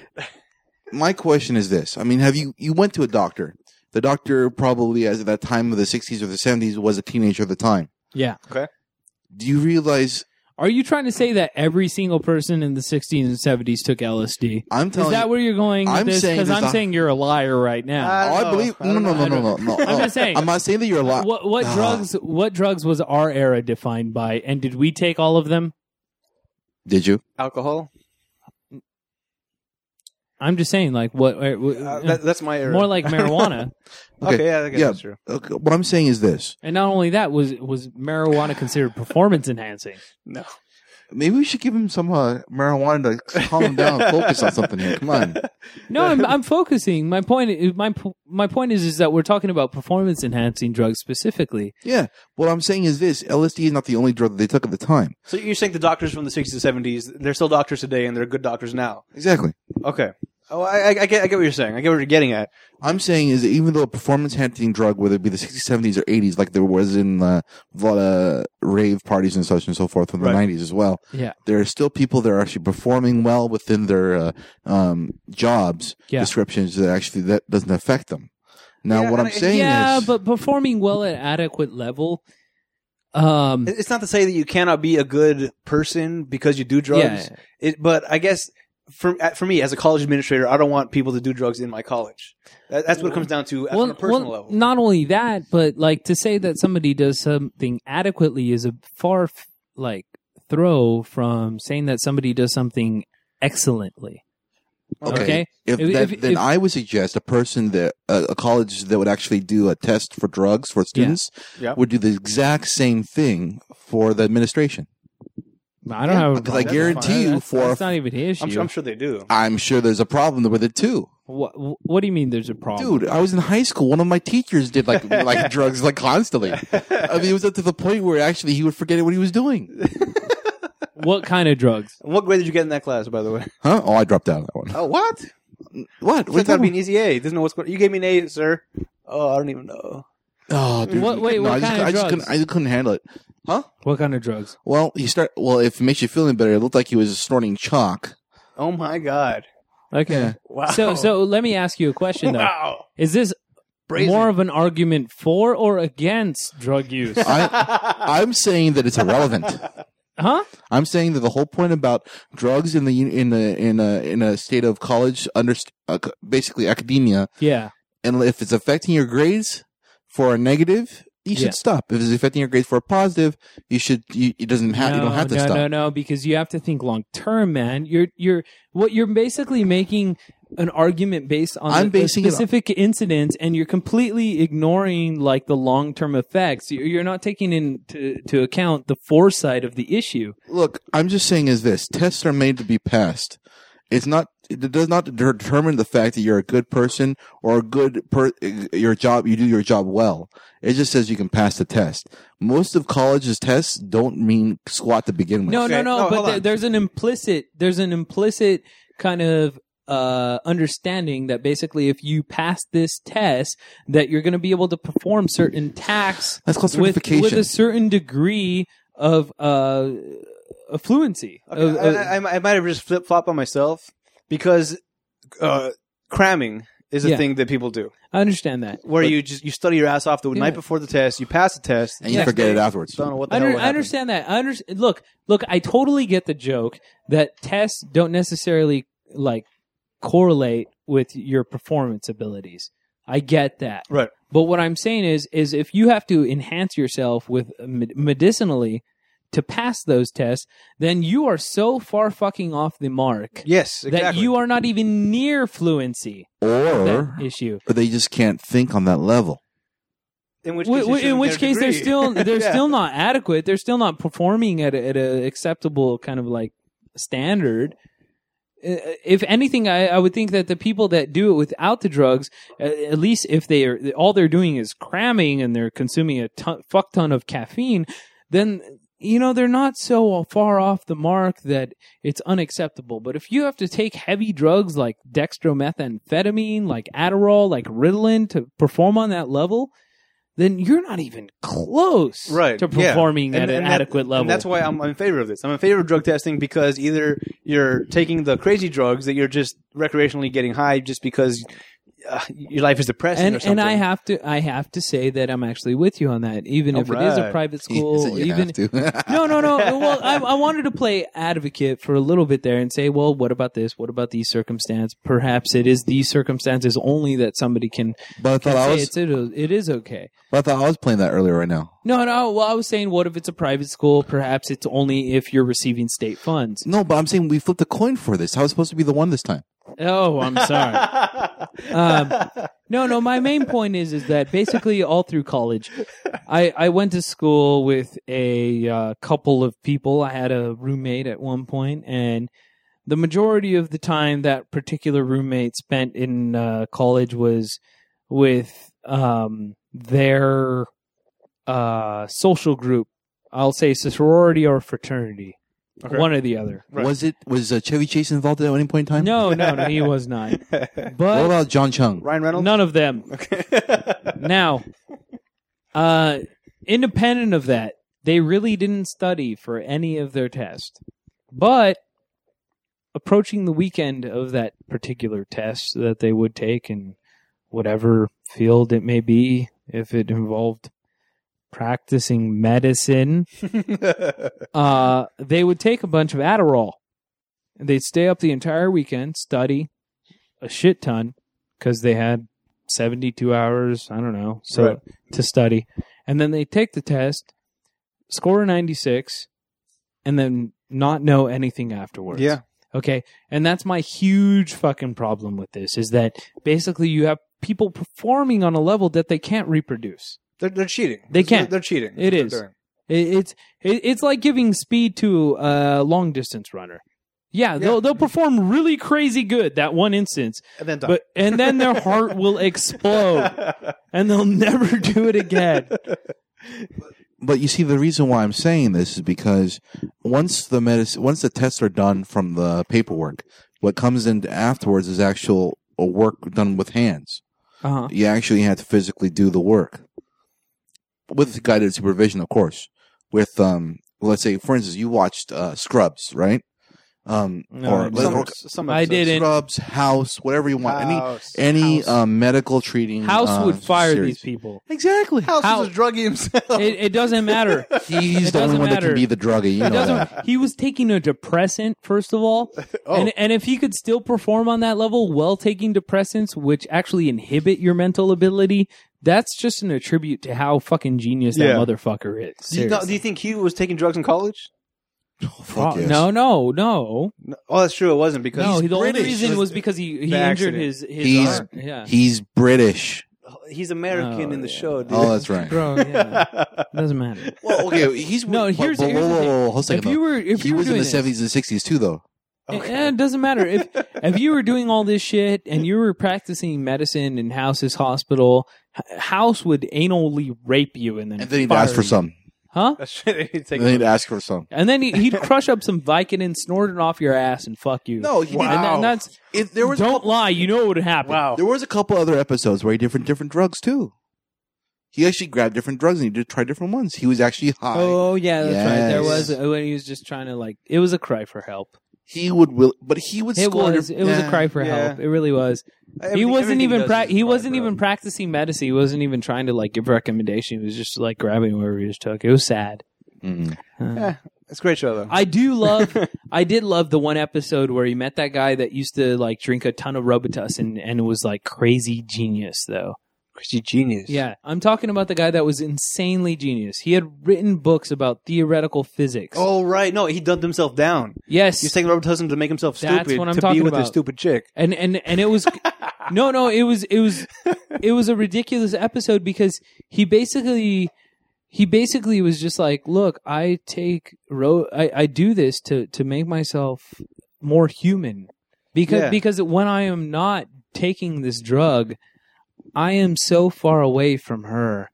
Speaker 2: My question is this: I mean, have you you went to a doctor? The doctor probably, as at that time of the '60s or the '70s, was a teenager at the time.
Speaker 3: Yeah.
Speaker 2: Do you realize?
Speaker 3: Are you trying to say that every single person in the 60s and 70s took LSD?
Speaker 2: I'm
Speaker 3: Is
Speaker 2: telling
Speaker 3: that
Speaker 2: you.
Speaker 3: where you're going?
Speaker 2: I'm
Speaker 3: Because
Speaker 2: saying this-
Speaker 3: I'm saying you're a liar right now.
Speaker 1: I don't
Speaker 2: I,
Speaker 1: know.
Speaker 2: believe
Speaker 1: I
Speaker 2: no,
Speaker 1: don't
Speaker 2: no, no,
Speaker 1: know.
Speaker 2: no, no, no.
Speaker 3: I'm just saying-
Speaker 2: I'm not saying that you're a lot.
Speaker 3: what what
Speaker 2: Ah.
Speaker 3: drugs? What drugs was our era defined by? And did we take all of them?
Speaker 2: Did you?
Speaker 1: Alcohol.
Speaker 3: I'm just saying, like what? uh, w-
Speaker 1: Uh, that, that's my era.
Speaker 3: more like marijuana.
Speaker 1: okay.
Speaker 2: Okay,
Speaker 1: yeah, I guess
Speaker 2: yeah.
Speaker 1: that's true.
Speaker 2: Okay, what I'm saying is this:
Speaker 3: and not only that was was marijuana considered performance enhancing?
Speaker 1: No,
Speaker 2: Maybe we should give him some uh, marijuana to calm him down and focus on something here. Come on.
Speaker 3: No, I'm, I'm focusing. My point, is- my po- my point is, is that we're talking about performance enhancing drugs specifically.
Speaker 2: Yeah. What I'm saying is this LSD is not the only drug that they took at the time.
Speaker 1: So you're saying the doctors from the 60s and 70s, they're still doctors today and they're good doctors now.
Speaker 2: Exactly.
Speaker 1: Okay. Oh, I, I, I, get, I get what you're saying. I get what you're getting at.
Speaker 2: I'm saying is that even though a performance enhancing drug, whether it be the 60s, 70s, or 80s, like there was in uh, a lot of rave parties and such and so forth in the
Speaker 1: Right.
Speaker 2: 90s as well,
Speaker 3: Yeah.
Speaker 2: there are still people that are actually performing well within their uh, um, jobs
Speaker 3: Yeah.
Speaker 2: descriptions that actually that doesn't affect them. Now,
Speaker 1: Yeah,
Speaker 2: what
Speaker 1: and
Speaker 2: I'm
Speaker 1: I-
Speaker 2: saying
Speaker 3: yeah,
Speaker 2: is,
Speaker 3: but performing well at adequate level. Um,
Speaker 1: It- It's not to say that you cannot be a good person because you do drugs.
Speaker 3: yeah,
Speaker 1: It, but I guess for at- for me as a college administrator, I don't want people to do drugs in my college. That, that's what it comes down to at on a personal level.
Speaker 3: Not only that, but like to say that somebody does something adequately is a far f- like throw from saying that somebody does something excellently.
Speaker 2: Okay.
Speaker 3: okay?
Speaker 2: if,
Speaker 3: if-
Speaker 2: that,
Speaker 3: if-
Speaker 2: then
Speaker 3: if-
Speaker 2: I would suggest a person that uh, a college that would actually do a test for drugs for students
Speaker 1: Yeah.
Speaker 2: would do the exact same thing for the administration.
Speaker 3: I don't
Speaker 1: Yeah,
Speaker 3: have a
Speaker 2: because I
Speaker 3: problem.
Speaker 2: guarantee you
Speaker 3: That's-
Speaker 2: for-
Speaker 3: that's not even the issue.
Speaker 1: I'm, su- I'm sure they do.
Speaker 2: I'm sure there's a problem with it too.
Speaker 3: What What do you mean? There's a problem,
Speaker 2: Dude, I was in high school. One of my teachers did like like drugs like constantly. I mean, it was up to the point where actually he would forget what he was doing.
Speaker 3: What kind of drugs?
Speaker 1: And what grade did you get in that class, by the way?
Speaker 2: Huh? Oh, I dropped out of that one.
Speaker 1: Oh, what?
Speaker 2: What?
Speaker 1: I
Speaker 2: What?
Speaker 1: thought it'd be an easy A. Doesn't know what's going. You gave me an A, sir. Oh, I don't even know.
Speaker 2: oh, dude.
Speaker 3: What- wait,
Speaker 2: No,
Speaker 3: what
Speaker 2: I just,
Speaker 3: kind of
Speaker 2: I just
Speaker 3: drugs?
Speaker 2: couldn't, I just couldn't handle it.
Speaker 3: What kind of drugs?
Speaker 2: Well, he start. Well, if it makes you feel any better, it looked like he was snorting chalk.
Speaker 1: Oh my God!
Speaker 3: Okay.
Speaker 1: Wow.
Speaker 3: So so let me ask you a question though.
Speaker 1: wow.
Speaker 3: Is this
Speaker 1: Brazen.
Speaker 3: more of an argument for or against drug use?
Speaker 2: I,
Speaker 3: Uh,
Speaker 2: I'm saying that it's irrelevant.
Speaker 3: huh?
Speaker 2: I'm saying that the whole point about drugs in the uni- in the in a in a state of college under uh, basically academia
Speaker 3: Yeah.
Speaker 2: and if it's affecting your grades for a negative, you should
Speaker 3: Yeah.
Speaker 2: stop. If it's affecting your grades for a positive, you should. You, it doesn't have. you don't have to
Speaker 3: no,
Speaker 2: stop.
Speaker 3: No, no, because you have to think long term, man. You're you're what you're basically making an argument based on
Speaker 2: I'm
Speaker 3: the- the
Speaker 2: basing it on-
Speaker 3: specific incidents, and you're completely ignoring like the long term effects. You're, you're not taking into to account the foresight of the issue.
Speaker 2: Look, I'm just saying is this: tests are made to be passed. It's not. It does not de- determine the fact that you're a good person or a good per. Your job, you do your job well. It just says you can pass the test. Most of college's tests don't mean squat to begin with.
Speaker 3: No,
Speaker 1: Okay.
Speaker 3: no, no,
Speaker 1: No,
Speaker 3: But
Speaker 1: hold
Speaker 3: there-
Speaker 1: on.
Speaker 3: there's an implicit there's an implicit kind of uh, understanding that basically if you pass this test, that you're going to be able to perform certain tasks
Speaker 2: that's called
Speaker 3: with,
Speaker 2: certification.
Speaker 3: with a certain degree of uh, of fluency. Of-
Speaker 1: Okay, I, I, I might have just flip flop on myself because uh, cramming is a
Speaker 3: Yeah.
Speaker 1: thing that people do,
Speaker 3: I understand that.
Speaker 1: where you just you study your ass off the
Speaker 3: Yeah.
Speaker 1: night before the test, you pass the test,
Speaker 2: and you
Speaker 3: Yeah.
Speaker 2: forget it afterwards.
Speaker 1: don't know what the
Speaker 3: I,
Speaker 1: hell
Speaker 3: under, I
Speaker 1: happened.
Speaker 3: understand that. I under, look, look. I totally get the joke that tests don't necessarily like correlate with your performance abilities. I get that.
Speaker 1: Right.
Speaker 3: But what I'm saying is, is if you have to enhance yourself with med- medicinally to pass those tests, then you are so far fucking off the mark
Speaker 1: Yes,
Speaker 3: that
Speaker 1: exactly.
Speaker 3: you are not even near fluency.
Speaker 2: or,
Speaker 3: That issue.
Speaker 2: or they just can't think on that level.
Speaker 1: in which
Speaker 3: Wh-
Speaker 1: case, you
Speaker 3: wh- in
Speaker 1: shouldn't
Speaker 3: which
Speaker 1: get a
Speaker 3: case they're
Speaker 1: degree.
Speaker 3: still they're
Speaker 1: Yeah.
Speaker 3: still not adequate. They're still not performing at a, at a acceptable kind of like standard. Uh, If anything, I, I would think that the people that do it without the drugs, uh, at least if they are all they're doing is cramming and they're consuming a ton, fuck ton of caffeine, then you know they're not so far off the mark that it's unacceptable. But if you have to take heavy drugs like dextromethamphetamine, like Adderall, like Ritalin to perform on that level, then you're not even close
Speaker 1: Right,
Speaker 3: to
Speaker 1: yeah.
Speaker 3: performing
Speaker 1: And-
Speaker 3: at an
Speaker 1: and that-
Speaker 3: adequate level.
Speaker 1: And that's why I'm, I'm in favor of this. I'm in favor of drug testing because either you're taking the crazy drugs that you're just recreationally getting high just because uh, your life is depressing
Speaker 3: and
Speaker 1: or something.
Speaker 3: and I have to I have to say that I'm actually with you on that, even if it is a
Speaker 1: Alright.
Speaker 3: private school,
Speaker 2: You
Speaker 3: even
Speaker 2: have to.
Speaker 3: no, no, no. Well, I, I wanted to play advocate for a little bit there and say, well, what about this? What about these circumstances? Perhaps it is these circumstances only that somebody can,
Speaker 2: But I thought
Speaker 3: can
Speaker 2: I
Speaker 3: say
Speaker 2: was.
Speaker 3: it's, it, it is okay.
Speaker 2: But I thought I was playing that earlier right now.
Speaker 3: No, no. Well, I was saying, what if it's a private school? Perhaps it's only if you're receiving state funds.
Speaker 2: No, but I'm saying we flipped a coin for this. I was supposed to be the one this time.
Speaker 3: Oh, I'm sorry. Oh, um, No, no. My main point is is that basically all through college, I I went to school with a uh, couple of people. I had a roommate at one point, and the majority of the time that particular roommate spent in uh, college was with um their uh social group. I'll say sorority or fraternity,
Speaker 1: Okay.
Speaker 3: one or the other.
Speaker 1: Right.
Speaker 2: Was it was uh, Chevy Chase involved at any point in time?
Speaker 3: No, no, no. He was not.
Speaker 2: What
Speaker 3: But
Speaker 2: about John Chung?
Speaker 1: Ryan Reynolds.
Speaker 3: none of them.
Speaker 1: Okay.
Speaker 3: now, uh, independent of that, they really didn't study for any of their tests. But approaching the weekend of that particular test that they would take in whatever field it may be, if it involved practicing medicine, uh, they would take a bunch of Adderall. They'd stay up the entire weekend, study a shit ton because they had 72 hours, I don't know, so
Speaker 1: Right.
Speaker 3: to study. And then they take the test, score a 96, and then not know anything afterwards.
Speaker 1: yeah.
Speaker 3: Okay. And that's my huge fucking problem with this is that basically you have people performing on a level that they can't reproduce.
Speaker 1: They're, they're cheating.
Speaker 3: They
Speaker 1: That's what
Speaker 3: can't.
Speaker 1: They're cheating. That's
Speaker 3: It
Speaker 1: what
Speaker 3: is.
Speaker 1: they're doing.
Speaker 3: It, it's it, it's like giving speed to a long distance runner. Yeah, they'll they'll perform really crazy good that one instance,
Speaker 1: And then
Speaker 3: but and then their heart will explode and they'll never do it again.
Speaker 2: But you see, the reason why I'm saying this is because once the medicine, once the tests are done from the paperwork, what comes in afterwards is actual uh, work done with hands.
Speaker 3: Uh-huh.
Speaker 2: You actually have to physically do the work with guided supervision, of course. With um, let's say, for instance, you watched uh, Scrubs, right? Um,
Speaker 3: No, I
Speaker 2: or,
Speaker 3: didn't.
Speaker 2: or
Speaker 1: some, some
Speaker 3: I
Speaker 1: episodes.
Speaker 3: didn't.
Speaker 2: Scrubs, House, whatever you want,
Speaker 1: House,
Speaker 2: any any
Speaker 1: House.
Speaker 2: um, medical treating.
Speaker 3: House
Speaker 2: uh,
Speaker 3: would fire
Speaker 2: series.
Speaker 3: these people.
Speaker 2: Exactly.
Speaker 1: House
Speaker 3: How-
Speaker 1: was a druggie himself.
Speaker 3: It, it doesn't matter.
Speaker 2: He's
Speaker 3: It
Speaker 2: the only
Speaker 3: doesn't
Speaker 2: one that
Speaker 3: matter.
Speaker 2: can be the druggie. You
Speaker 3: It
Speaker 2: know that.
Speaker 3: doesn't. He was taking a depressant, first of all,
Speaker 2: Oh.
Speaker 3: and and if he could still perform on that level while taking depressants, which actually inhibit your mental ability, that's just an attribute to how fucking genius that
Speaker 1: Yeah.
Speaker 3: motherfucker is.
Speaker 1: do, you, no, do you think he was taking drugs in college?
Speaker 2: Fuck
Speaker 3: Pro-
Speaker 2: yes.
Speaker 3: No, no, no.
Speaker 1: No. Oh, that's true. It wasn't because
Speaker 3: No, the only
Speaker 1: British.
Speaker 3: reason was because he, he
Speaker 1: The
Speaker 3: injured
Speaker 1: accident.
Speaker 3: his, his
Speaker 2: He's-
Speaker 3: arm. Yeah.
Speaker 2: He's British.
Speaker 1: he's American
Speaker 3: Oh,
Speaker 1: in the
Speaker 3: yeah.
Speaker 1: show. Dude.
Speaker 2: Oh, that's right.
Speaker 3: Bro, yeah. doesn't matter.
Speaker 2: Well, okay, he's
Speaker 3: No,
Speaker 2: Whoa,
Speaker 3: here's- here's
Speaker 2: whoa,
Speaker 3: the
Speaker 2: whoa,
Speaker 3: thing.
Speaker 2: whoa, whoa, hold a second,
Speaker 3: If you
Speaker 2: though.
Speaker 3: were if
Speaker 2: he
Speaker 3: you were
Speaker 2: was in
Speaker 3: doing
Speaker 2: the
Speaker 3: this-
Speaker 2: seventies and sixties too, though.
Speaker 1: Okay.
Speaker 3: Eh, it doesn't matter if if you were doing all this shit and you were practicing medicine in House's hospital, H- House would anally rape you and then
Speaker 2: And then he'd
Speaker 3: Mm. fire
Speaker 2: ask for
Speaker 3: you.
Speaker 2: some.
Speaker 3: huh?
Speaker 1: That's right. He'd take
Speaker 2: And then he'd ask for some.
Speaker 3: And then he, he'd crush up some Vicodin, snort it off your ass, and fuck you.
Speaker 2: No, he
Speaker 3: And that-
Speaker 2: didn't.
Speaker 3: that's
Speaker 2: If there was a
Speaker 3: don't
Speaker 2: couple,
Speaker 3: lie. You know what would happen.
Speaker 1: wow.
Speaker 2: there was a couple other episodes where he did different different drugs too. He actually grabbed different drugs and he did try different ones. He was actually high.
Speaker 3: Oh yeah, that's right. There
Speaker 2: Yes.
Speaker 3: was when he was just trying to like it was a cry for help.
Speaker 2: He would will, but he would
Speaker 3: It
Speaker 2: score.
Speaker 3: was it was a cry for
Speaker 1: yeah.
Speaker 3: help. It really was. he
Speaker 1: Everything-
Speaker 3: wasn't
Speaker 1: everything
Speaker 3: even
Speaker 1: does
Speaker 3: pra-
Speaker 1: is
Speaker 3: he
Speaker 1: hard,
Speaker 3: wasn't
Speaker 1: bro.
Speaker 3: even practicing medicine. He wasn't even trying to like give recommendation. He was just like grabbing whatever he just took. It was sad.
Speaker 2: Mm.
Speaker 3: Uh,
Speaker 1: Yeah. It's a great show though.
Speaker 3: I do love. I did love the one episode where he met that guy that used to like drink a ton of Robitussin and was like crazy genius though.
Speaker 1: Crazy genius.
Speaker 3: Yeah, I'm talking about the guy that was insanely genius. He had written books about theoretical physics.
Speaker 1: Oh right. No, he dumped himself down.
Speaker 3: yes,
Speaker 1: He's taking Robitussin to make himself
Speaker 3: That's
Speaker 1: stupid
Speaker 3: what I'm
Speaker 1: to be
Speaker 3: talking
Speaker 1: with a
Speaker 3: about.
Speaker 1: stupid chick.
Speaker 3: and and and it was no no it was it was it was a ridiculous episode because he basically he basically was just like look i take ro- I, I do this to to make myself more human because
Speaker 1: Yeah.
Speaker 3: because when i am not taking this drug i am so far away from her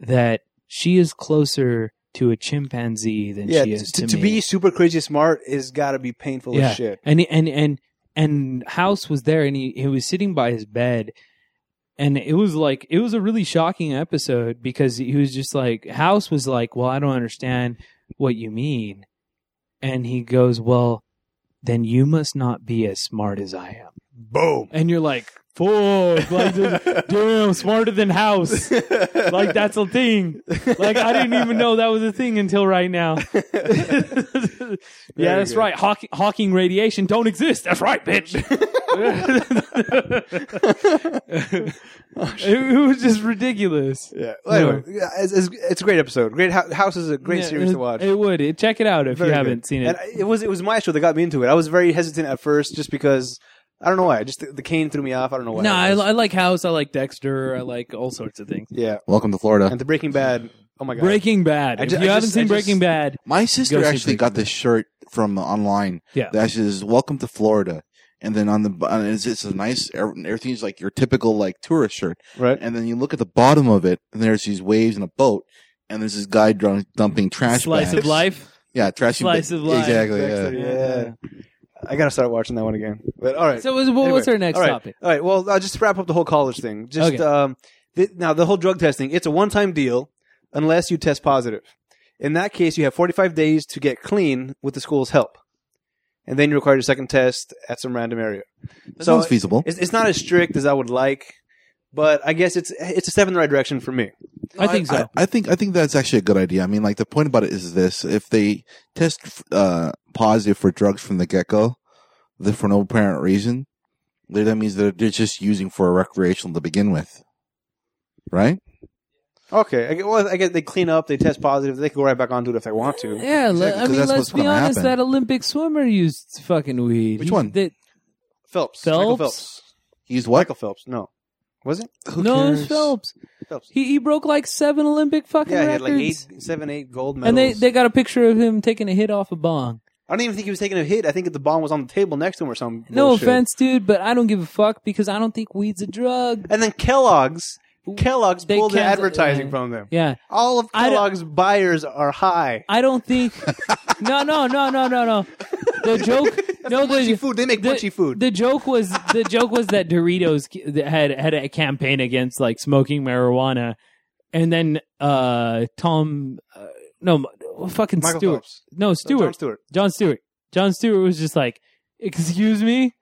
Speaker 3: that she is closer to a chimpanzee than
Speaker 1: Yeah,
Speaker 3: she is
Speaker 1: to,
Speaker 3: to,
Speaker 1: to
Speaker 3: me.
Speaker 1: be super crazy smart is got to be painful
Speaker 3: Yeah.
Speaker 1: as shit.
Speaker 3: and and and and House was there, and he he was sitting by his bed, and it was like it was a really shocking episode because he was just like House was like, "Well, I don't understand what you mean," and he goes, "Well, then you must not be as smart as I am,"
Speaker 1: Boom.
Speaker 3: and you're like, "Fuck, like, damn, smarter than House." Like that's a thing. Like I didn't even know that was a thing until right now. yeah, that's
Speaker 1: good.
Speaker 3: right. Hawk, Hawking radiation don't exist. That's right, bitch. it, it was just ridiculous.
Speaker 1: Yeah. Well, anyway, yeah, it's, it's, it's a great episode. Great Hou- House is a great
Speaker 3: Yeah,
Speaker 1: series
Speaker 3: it-
Speaker 1: to watch.
Speaker 3: It would. It- check it out if
Speaker 1: Very
Speaker 3: you
Speaker 1: good.
Speaker 3: haven't seen
Speaker 1: And
Speaker 3: it.
Speaker 1: I- it was it was my show that got me into it. I was very hesitant at first just because I don't know why. Just the, the cane threw me off. I don't know why.
Speaker 3: No, I,
Speaker 1: It was-
Speaker 3: I like House. I like Dexter. I like all sorts of things.
Speaker 1: yeah,
Speaker 2: Welcome to Florida.
Speaker 1: and the Breaking Bad. Oh my god.
Speaker 3: Breaking Bad.
Speaker 1: I
Speaker 3: if
Speaker 1: ju-
Speaker 3: you
Speaker 1: I just-
Speaker 3: haven't
Speaker 1: I
Speaker 3: seen
Speaker 1: just-
Speaker 3: Breaking Bad,
Speaker 2: My
Speaker 3: Go
Speaker 2: sister
Speaker 3: see
Speaker 2: actually
Speaker 3: Breaking
Speaker 2: got this shirt from the online.
Speaker 3: Yeah.
Speaker 2: that says "Welcome to Florida," and then on the on- it's, it's a nice ev- everything's like your typical like tourist shirt,
Speaker 1: right.
Speaker 2: and then you look at the bottom of it, and there's these waves and a boat, and there's this guy drunk, dumping trash
Speaker 3: Slice
Speaker 2: bags.
Speaker 3: of Life.
Speaker 2: yeah, trash
Speaker 3: Slice of life.
Speaker 2: exactly.
Speaker 1: Dexter,
Speaker 2: yeah.
Speaker 1: yeah. I gotta start watching that one again. But all right.
Speaker 3: So, what- what was
Speaker 1: Anyway,
Speaker 3: our next
Speaker 1: all right.
Speaker 3: topic?
Speaker 1: All right. Well, uh, just to wrap up the whole college thing. Just
Speaker 3: Okay.
Speaker 1: um, th- now the whole drug testing. It's a one-time deal, unless you test positive. In that case, you have 45 days to get clean with the school's help, and then you require a second test at some random area.
Speaker 2: That
Speaker 1: so
Speaker 2: sounds feasible.
Speaker 1: it's, it's not as strict as I would like, but I guess it's it's a step in the right direction for me.
Speaker 3: I think so.
Speaker 2: I, I think I think that's actually a good idea. I mean, like the point about it is this: if they test uh, positive for drugs from the get go, for no apparent reason, then that means that they're just using for a recreational to begin with, right?
Speaker 1: Okay. I, gue- well, I guess they clean up, they test positive, they can go right back onto it if they want to.
Speaker 3: yeah, le-
Speaker 2: Exactly, 'cause
Speaker 3: I mean,
Speaker 2: that's
Speaker 3: let's
Speaker 2: what's
Speaker 3: be
Speaker 2: gonna
Speaker 3: honest.
Speaker 2: happen.
Speaker 3: That Olympic swimmer used fucking weed.
Speaker 2: Which
Speaker 3: He-
Speaker 2: one?
Speaker 3: that-
Speaker 1: Phelps. Michael
Speaker 3: Phelps?
Speaker 1: Phelps.
Speaker 2: He's what?
Speaker 1: Michael Phelps. No. Was it?
Speaker 2: Who
Speaker 3: no, it was
Speaker 2: cares?
Speaker 3: Phelps.
Speaker 1: Phelps.
Speaker 3: He he broke like seven Olympic fucking
Speaker 1: yeah, he had
Speaker 3: records.
Speaker 1: like eight, seven, eight gold medals.
Speaker 3: and they, they got a picture of him taking a hit off a bong.
Speaker 1: I don't even think he was taking a hit. I think the bomb was on the table next to him or something.
Speaker 3: No offense, dude, but I don't give a fuck because I don't think weed's a drug.
Speaker 1: And then Kellogg's. Kellogg's
Speaker 3: They
Speaker 1: pulled the
Speaker 3: canceled-
Speaker 1: advertising
Speaker 3: yeah.
Speaker 1: from them.
Speaker 3: Yeah,
Speaker 1: All of
Speaker 3: I don't-
Speaker 1: Kellogg's buyers are high.
Speaker 3: I don't think. no, no, no, no, no, no. The joke. no, the,
Speaker 1: Food. They make
Speaker 3: the-
Speaker 1: punchy food.
Speaker 3: The joke was the joke was that Doritos ki- that had had a campaign against like smoking marijuana, and then uh Tom, uh, no, m- fucking
Speaker 1: Michael
Speaker 3: Stewart,
Speaker 1: Phelps.
Speaker 3: no Stewart,
Speaker 1: John Stewart.
Speaker 3: John Stewart. John Stewart was just like, "Excuse me,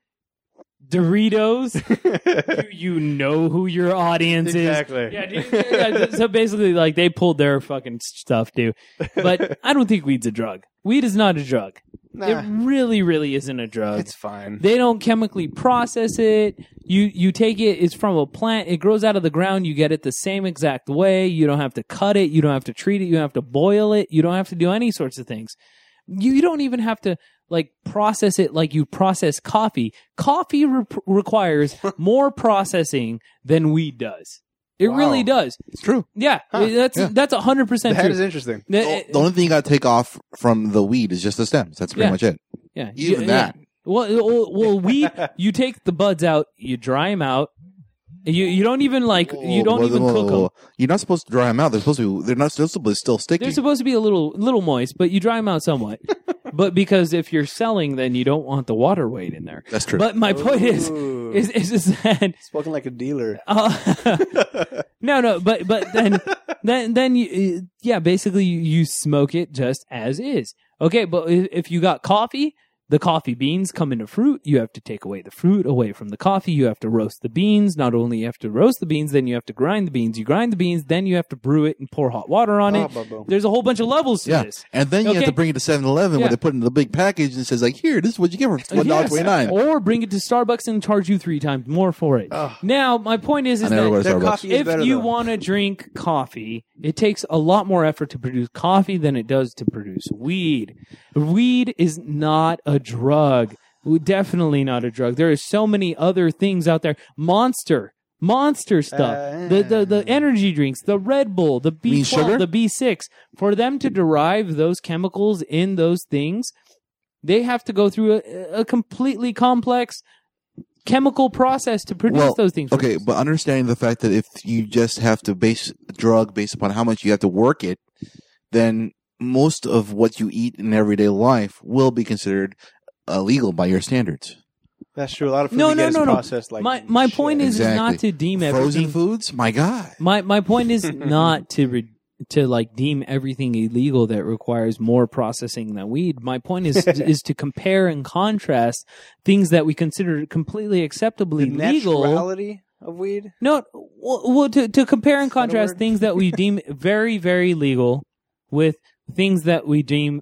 Speaker 3: Doritos. Do you know who your audience
Speaker 1: exactly.
Speaker 3: is?" Yeah, dude, yeah, yeah. So basically, like they pulled their fucking stuff too. But I don't think weed's a drug. Weed is not a drug. It
Speaker 1: Nah,
Speaker 3: really, really isn't a drug.
Speaker 1: it's fine.
Speaker 3: they don't chemically process it. You you take it. It's from a plant. It grows out of the ground. You get it the same exact way. You don't have to cut it. You don't have to treat it. You don't have to boil it. You don't have to do any sorts of things. You, you don't even have to like process it like you process coffee. Coffee re- requires more processing than weed does. It
Speaker 1: Wow.
Speaker 3: really does.
Speaker 2: It's true.
Speaker 3: Yeah, that's
Speaker 2: Yeah.
Speaker 3: that's hundred percent
Speaker 1: That
Speaker 3: true. eh,
Speaker 1: is interesting.
Speaker 3: The-
Speaker 2: The, the only thing you got to take off from the weed is just the stems. That's pretty
Speaker 3: Yeah.
Speaker 2: much it.
Speaker 3: yeah,
Speaker 2: Even
Speaker 3: yeah,
Speaker 2: that.
Speaker 3: Well, well, well, we you take the buds out, you dry them out. You you don't even like you don't
Speaker 2: Whoa,
Speaker 3: even
Speaker 2: whoa, whoa,
Speaker 3: cook them.
Speaker 2: whoa. You're not supposed to dry them out. They're supposed to. Be, they're not they're supposed to be still sticky.
Speaker 3: They're supposed to be a little little moist, but you dry them out somewhat. but because if you're selling, then you don't want the water weight in there.
Speaker 2: That's true.
Speaker 3: But my point is
Speaker 1: Ooh.
Speaker 3: is is, is that
Speaker 1: spoken like a dealer.
Speaker 3: uh, no no, but but then then then you, uh, yeah, basically you, you smoke it just as is. Okay, but i- if you got coffee, the coffee beans come into fruit. You have to take away the fruit away from the coffee. You have to roast the beans. Not only you have to roast the beans, then you have to grind the beans. You grind the beans, then you have to brew it and pour hot water on
Speaker 1: Ah,
Speaker 3: it.
Speaker 1: bubbo.
Speaker 3: There's a whole bunch of levels to
Speaker 2: Oh, yeah,
Speaker 3: this.
Speaker 2: and then you have
Speaker 3: Okay.
Speaker 2: to bring it to 7-Eleven
Speaker 3: Yeah.
Speaker 2: where they put it in the big package and it says like, "Here, this is what you get for it's one dollar
Speaker 3: Yes.
Speaker 2: twenty nine.
Speaker 3: Or bring it to Starbucks and charge you three times more for it.
Speaker 1: Ugh.
Speaker 3: Now, my point is,
Speaker 2: I
Speaker 3: is
Speaker 2: never
Speaker 3: that
Speaker 2: was
Speaker 1: Their
Speaker 2: Starbucks.
Speaker 1: coffee is better
Speaker 3: if you
Speaker 1: though.
Speaker 3: want to drink coffee, it takes a lot more effort to produce coffee than it does to produce weed. Weed is not a drug. Definitely not a drug. There are so many other things out there. Monster. Monster stuff,
Speaker 1: Uh,
Speaker 3: the, the the energy drinks, the Red Bull, the B
Speaker 2: sugar?
Speaker 3: twelve, the B six. For them to derive those chemicals in those things, they have to go through a, a completely complex chemical process to produce
Speaker 2: Well,
Speaker 3: those things.
Speaker 2: Okay, but understanding the fact that if you just have to base a drug based upon how much you have to work it, then most of what you eat in everyday life will be considered illegal by your standards.
Speaker 1: That's true. A lot of food
Speaker 3: No,
Speaker 1: we
Speaker 3: no,
Speaker 1: get is
Speaker 3: no, no.
Speaker 1: processed like
Speaker 3: my my point
Speaker 1: shit.
Speaker 3: is, is not to deem
Speaker 2: Frozen
Speaker 3: everything.
Speaker 2: foods, my God.
Speaker 3: My my point is not to re, to like deem everything illegal that requires more processing than weed. My point is is to compare and contrast things that we consider completely acceptably
Speaker 1: the
Speaker 3: legal.
Speaker 1: naturality of weed.
Speaker 3: No, well, well to, to compare and
Speaker 1: Is that a
Speaker 3: contrast
Speaker 1: word?
Speaker 3: things that we deem very, very legal with things that we deem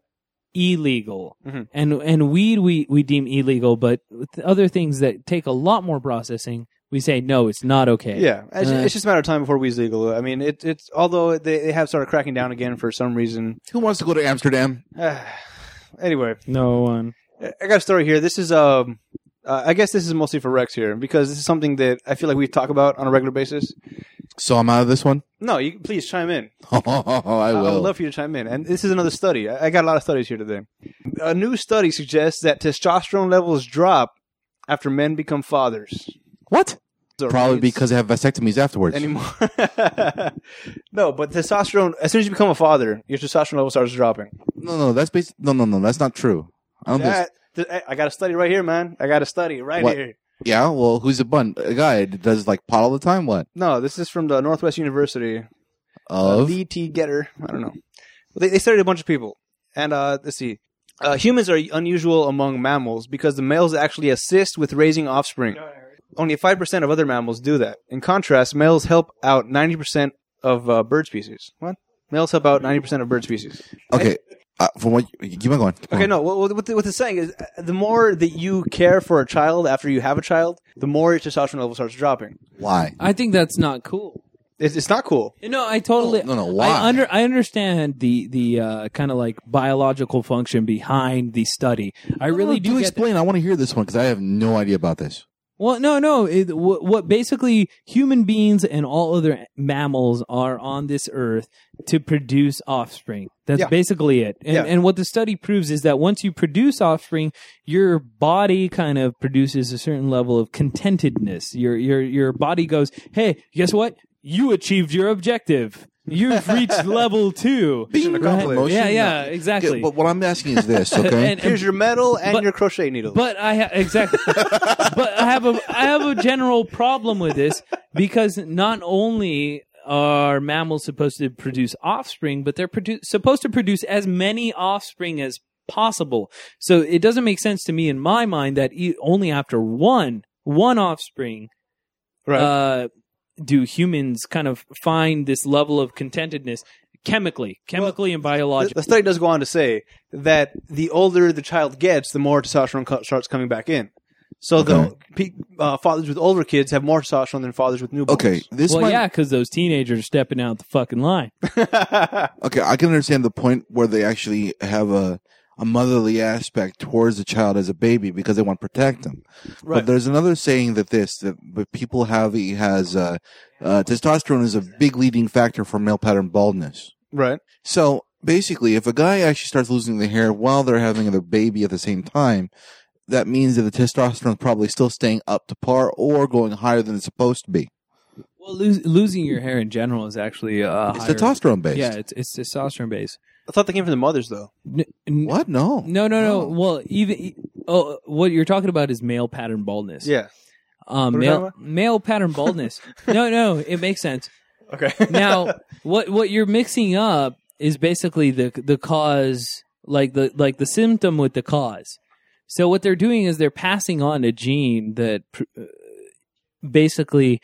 Speaker 3: illegal.
Speaker 1: Mhm.
Speaker 3: And and weed we, we deem illegal, but with other things that take a lot more processing, we say, no, it's not okay.
Speaker 1: Yeah, it's,
Speaker 3: Uh,
Speaker 1: it's just a matter of time before weed's legal. I mean, it, it's although they, they have started cracking down again for some reason.
Speaker 2: Who wants to go to Amsterdam?
Speaker 1: anyway,
Speaker 3: No one.
Speaker 1: I I got a story here. This is um Uh, I guess this is mostly for Rex here because this is something that I feel like we talk about on a regular basis.
Speaker 2: So I'm out of this one.
Speaker 1: No, you please chime in.
Speaker 2: Oh, I
Speaker 1: I-
Speaker 2: will.
Speaker 1: I would love for you to chime in. And this is another study. I I got a lot of studies here today. A new study suggests that testosterone levels drop after men become fathers.
Speaker 2: what?
Speaker 1: So
Speaker 2: Probably
Speaker 1: it's-
Speaker 2: because they have vasectomies afterwards.
Speaker 1: anymore. no, but testosterone. As soon as you become a father, your testosterone level starts dropping.
Speaker 2: no, no, that's basi- no, no, no. That's not true. I don't think.
Speaker 1: That, th- I- I got a study right here, man. I got a study right
Speaker 2: What?
Speaker 1: here.
Speaker 2: Yeah. Well, who's a bun? A guy that does like pot all the time. What?
Speaker 1: No, this is from the Northwest University.
Speaker 2: Of
Speaker 1: VT Getter. I don't know. But they, they studied a bunch of people, and uh, let's see. Uh, humans are unusual among mammals because the males actually assist with raising offspring. Only five percent of other mammals do that. In contrast, males help out ninety percent of uh, bird species. What? Males help out ninety percent of bird species.
Speaker 2: okay. Uh, from what? You, keep on going. Keep
Speaker 1: Okay,
Speaker 2: on.
Speaker 1: no. What what, what, the, what it's saying is, uh, the more that you care for a child after you have a child, the more your testosterone level starts dropping.
Speaker 2: Why?
Speaker 3: I think that's not cool.
Speaker 1: It's, it's not cool.
Speaker 3: No, I totally.
Speaker 2: No, no, why?
Speaker 3: I under I understand the the uh, kind of like biological function behind the study. I really do
Speaker 2: You
Speaker 3: get
Speaker 2: explain. I want to hear this one because I have no idea about this.
Speaker 3: Well, no, no. It, what, what basically human beings and all other mammals are on this earth to produce offspring. That's
Speaker 1: Yeah.
Speaker 3: basically it. And,
Speaker 1: Yeah.
Speaker 3: and what the study proves is that once you produce offspring, your body kind of produces a certain level of contentedness. Your your your body goes, "Hey, guess what? You achieved your objective. You've reached level two.
Speaker 2: Mission accomplished.
Speaker 3: Yeah,
Speaker 2: Emotion?
Speaker 3: yeah,
Speaker 2: No.
Speaker 3: exactly.
Speaker 2: Okay, but what I'm asking is this. Okay.
Speaker 3: And-
Speaker 1: Here's your medal and
Speaker 3: but-
Speaker 1: your crochet needle.
Speaker 3: But I ha- exactly. but I have a I have a general problem with this because not only are mammals supposed to produce offspring, but they're produ- supposed to produce as many offspring as possible. So it doesn't make sense to me in my mind that e- only after one one offspring
Speaker 1: right.
Speaker 3: uh, do humans kind of find this level of contentedness chemically, chemically and biologically.
Speaker 1: The study does go on to say that the older the child gets, the more testosterone co- starts coming back in. So the pe- uh, fathers with older kids have more testosterone than fathers with newborns.
Speaker 2: okay. This
Speaker 3: well,
Speaker 2: might,
Speaker 3: yeah, because those teenagers are stepping out the fucking line.
Speaker 2: Okay, I can understand the point where they actually have a a motherly aspect towards the child as a baby because they want to protect them. But
Speaker 1: Right.
Speaker 2: there's another saying that this that that people have he has uh, uh, testosterone is a big leading factor for male pattern baldness.
Speaker 1: right.
Speaker 2: So basically, if a guy actually starts losing the hair while they're having their baby at the same time, that means that the testosterone is probably still staying up to par or going higher than it's supposed to be.
Speaker 3: Well, lose, losing your hair in general is actually uh,
Speaker 2: It's
Speaker 3: higher-
Speaker 2: testosterone based.
Speaker 3: Yeah, it's, it's testosterone based.
Speaker 1: I thought they came from the mothers, though.
Speaker 3: N- n-
Speaker 2: What? No.
Speaker 3: No, no, no.
Speaker 2: No.
Speaker 3: Well, even e- oh, what you're talking about is male pattern baldness.
Speaker 1: Yeah.
Speaker 3: um,
Speaker 1: What are we
Speaker 3: male
Speaker 1: talking
Speaker 3: male pattern baldness. no, no, it makes sense.
Speaker 1: Okay.
Speaker 3: Now, what what you're mixing up is basically the the cause, like the like the symptom with the cause. So what they're doing is they're passing on a gene that pr- uh, basically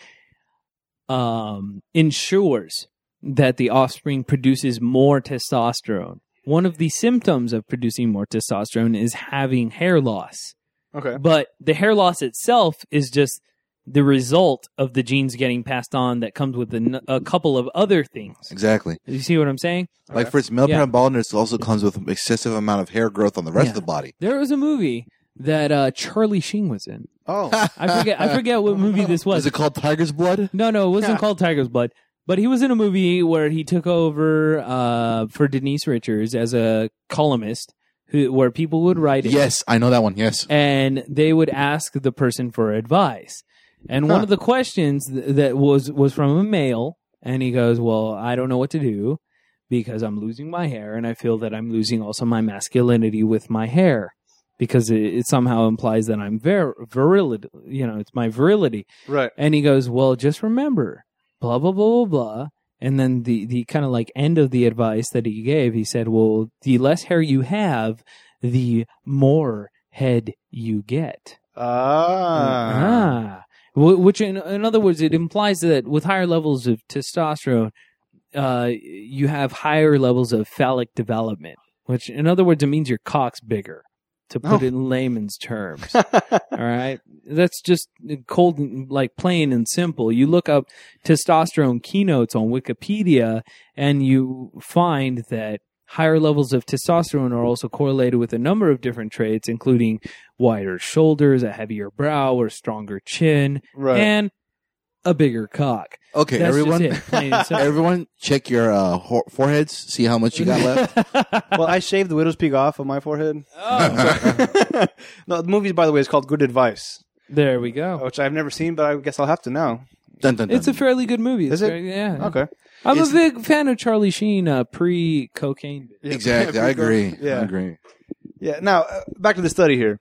Speaker 3: um, ensures that the offspring produces more testosterone. One of the symptoms of producing more testosterone is having hair loss,
Speaker 1: okay.
Speaker 3: but the hair loss itself is just the result of the genes getting passed on that comes with a, n- a couple of other things.
Speaker 2: Exactly.
Speaker 3: You see what I'm saying?
Speaker 2: Like for its male
Speaker 3: Yeah.
Speaker 2: pattern baldness also comes with an excessive amount of hair growth on the rest
Speaker 3: Yeah.
Speaker 2: of the body.
Speaker 3: There was a movie that uh, Charlie Sheen was in.
Speaker 1: Oh.
Speaker 3: I forget. I forget what movie this was.
Speaker 2: Is it called tiger's blood?
Speaker 3: No, no, it wasn't
Speaker 1: Yeah.
Speaker 3: called Tiger's Blood. But he was in a movie where he took over uh, for Denise Richards as a columnist, who where people would write in
Speaker 2: Yes, I know that one. Yes.
Speaker 3: and they would ask the person for advice. And one
Speaker 1: Huh.
Speaker 3: of the questions th- that was was from a male, and he goes, "Well, I don't know what to do because I'm losing my hair, and I feel that I'm losing also my masculinity with my hair." Because it, it somehow implies that I'm vir- virility, you know, it's my virility.
Speaker 1: right.
Speaker 3: And he goes, "Well, just remember, blah blah blah blah blah." And then the the kind of like end of the advice that he gave, he said, "Well, the less hair you have, the more head you get."
Speaker 1: Ah.
Speaker 3: Ah. Wh- Which, in, in other words, it implies that with higher levels of testosterone, uh, you have higher levels of phallic development. Which, in other words, it means your cock's bigger. To put
Speaker 1: Oh.
Speaker 3: it in layman's terms, all right, that's just cold, and, like plain and simple. You look up testosterone keynotes on Wikipedia, and you find that Higher levels of testosterone are also correlated with a number of different traits, including wider shoulders, a heavier brow, or stronger chin,
Speaker 1: Right.
Speaker 3: and a bigger cock.
Speaker 2: Okay,
Speaker 3: That's
Speaker 2: everyone,
Speaker 3: just it, plain and simple.
Speaker 2: everyone, check your uh, ho- foreheads. See how much you got left.
Speaker 1: well, I shaved the widow's peak off of my forehead. Oh. no, the movie, by the way, is called Good Advice,
Speaker 3: there we
Speaker 2: Oh,
Speaker 3: go.
Speaker 1: which I've never seen, but I guess I'll have to now.
Speaker 2: Dun, dun, dun.
Speaker 3: It's a fairly good movie. It's
Speaker 1: Is it?
Speaker 3: very- yeah.
Speaker 1: Okay.
Speaker 3: I'm
Speaker 2: It's-
Speaker 3: a big fan of Charlie Sheen uh, pre cocaine.
Speaker 2: exactly. I agree.
Speaker 1: Yeah.
Speaker 2: I agree.
Speaker 1: Yeah. Now, uh, back to the study here.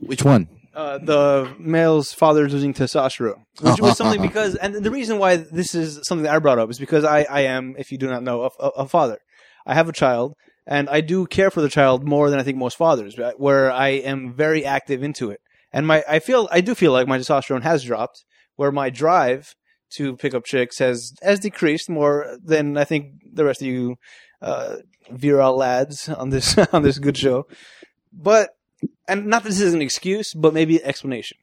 Speaker 2: Which one?
Speaker 1: uh, the male's father is losing testosterone, which was something because, and the reason why this is something that I brought up is because I, I am, if you do not know, a, a, a father. I have a child, and I do care for the child more than I think most fathers, where I am very active into it, and my I feel I do feel like my testosterone has dropped, where my drive to pick up chicks has has decreased more than I think the rest of you uh, virile lads on this on this good show, but and not that this is an excuse, but maybe an explanation.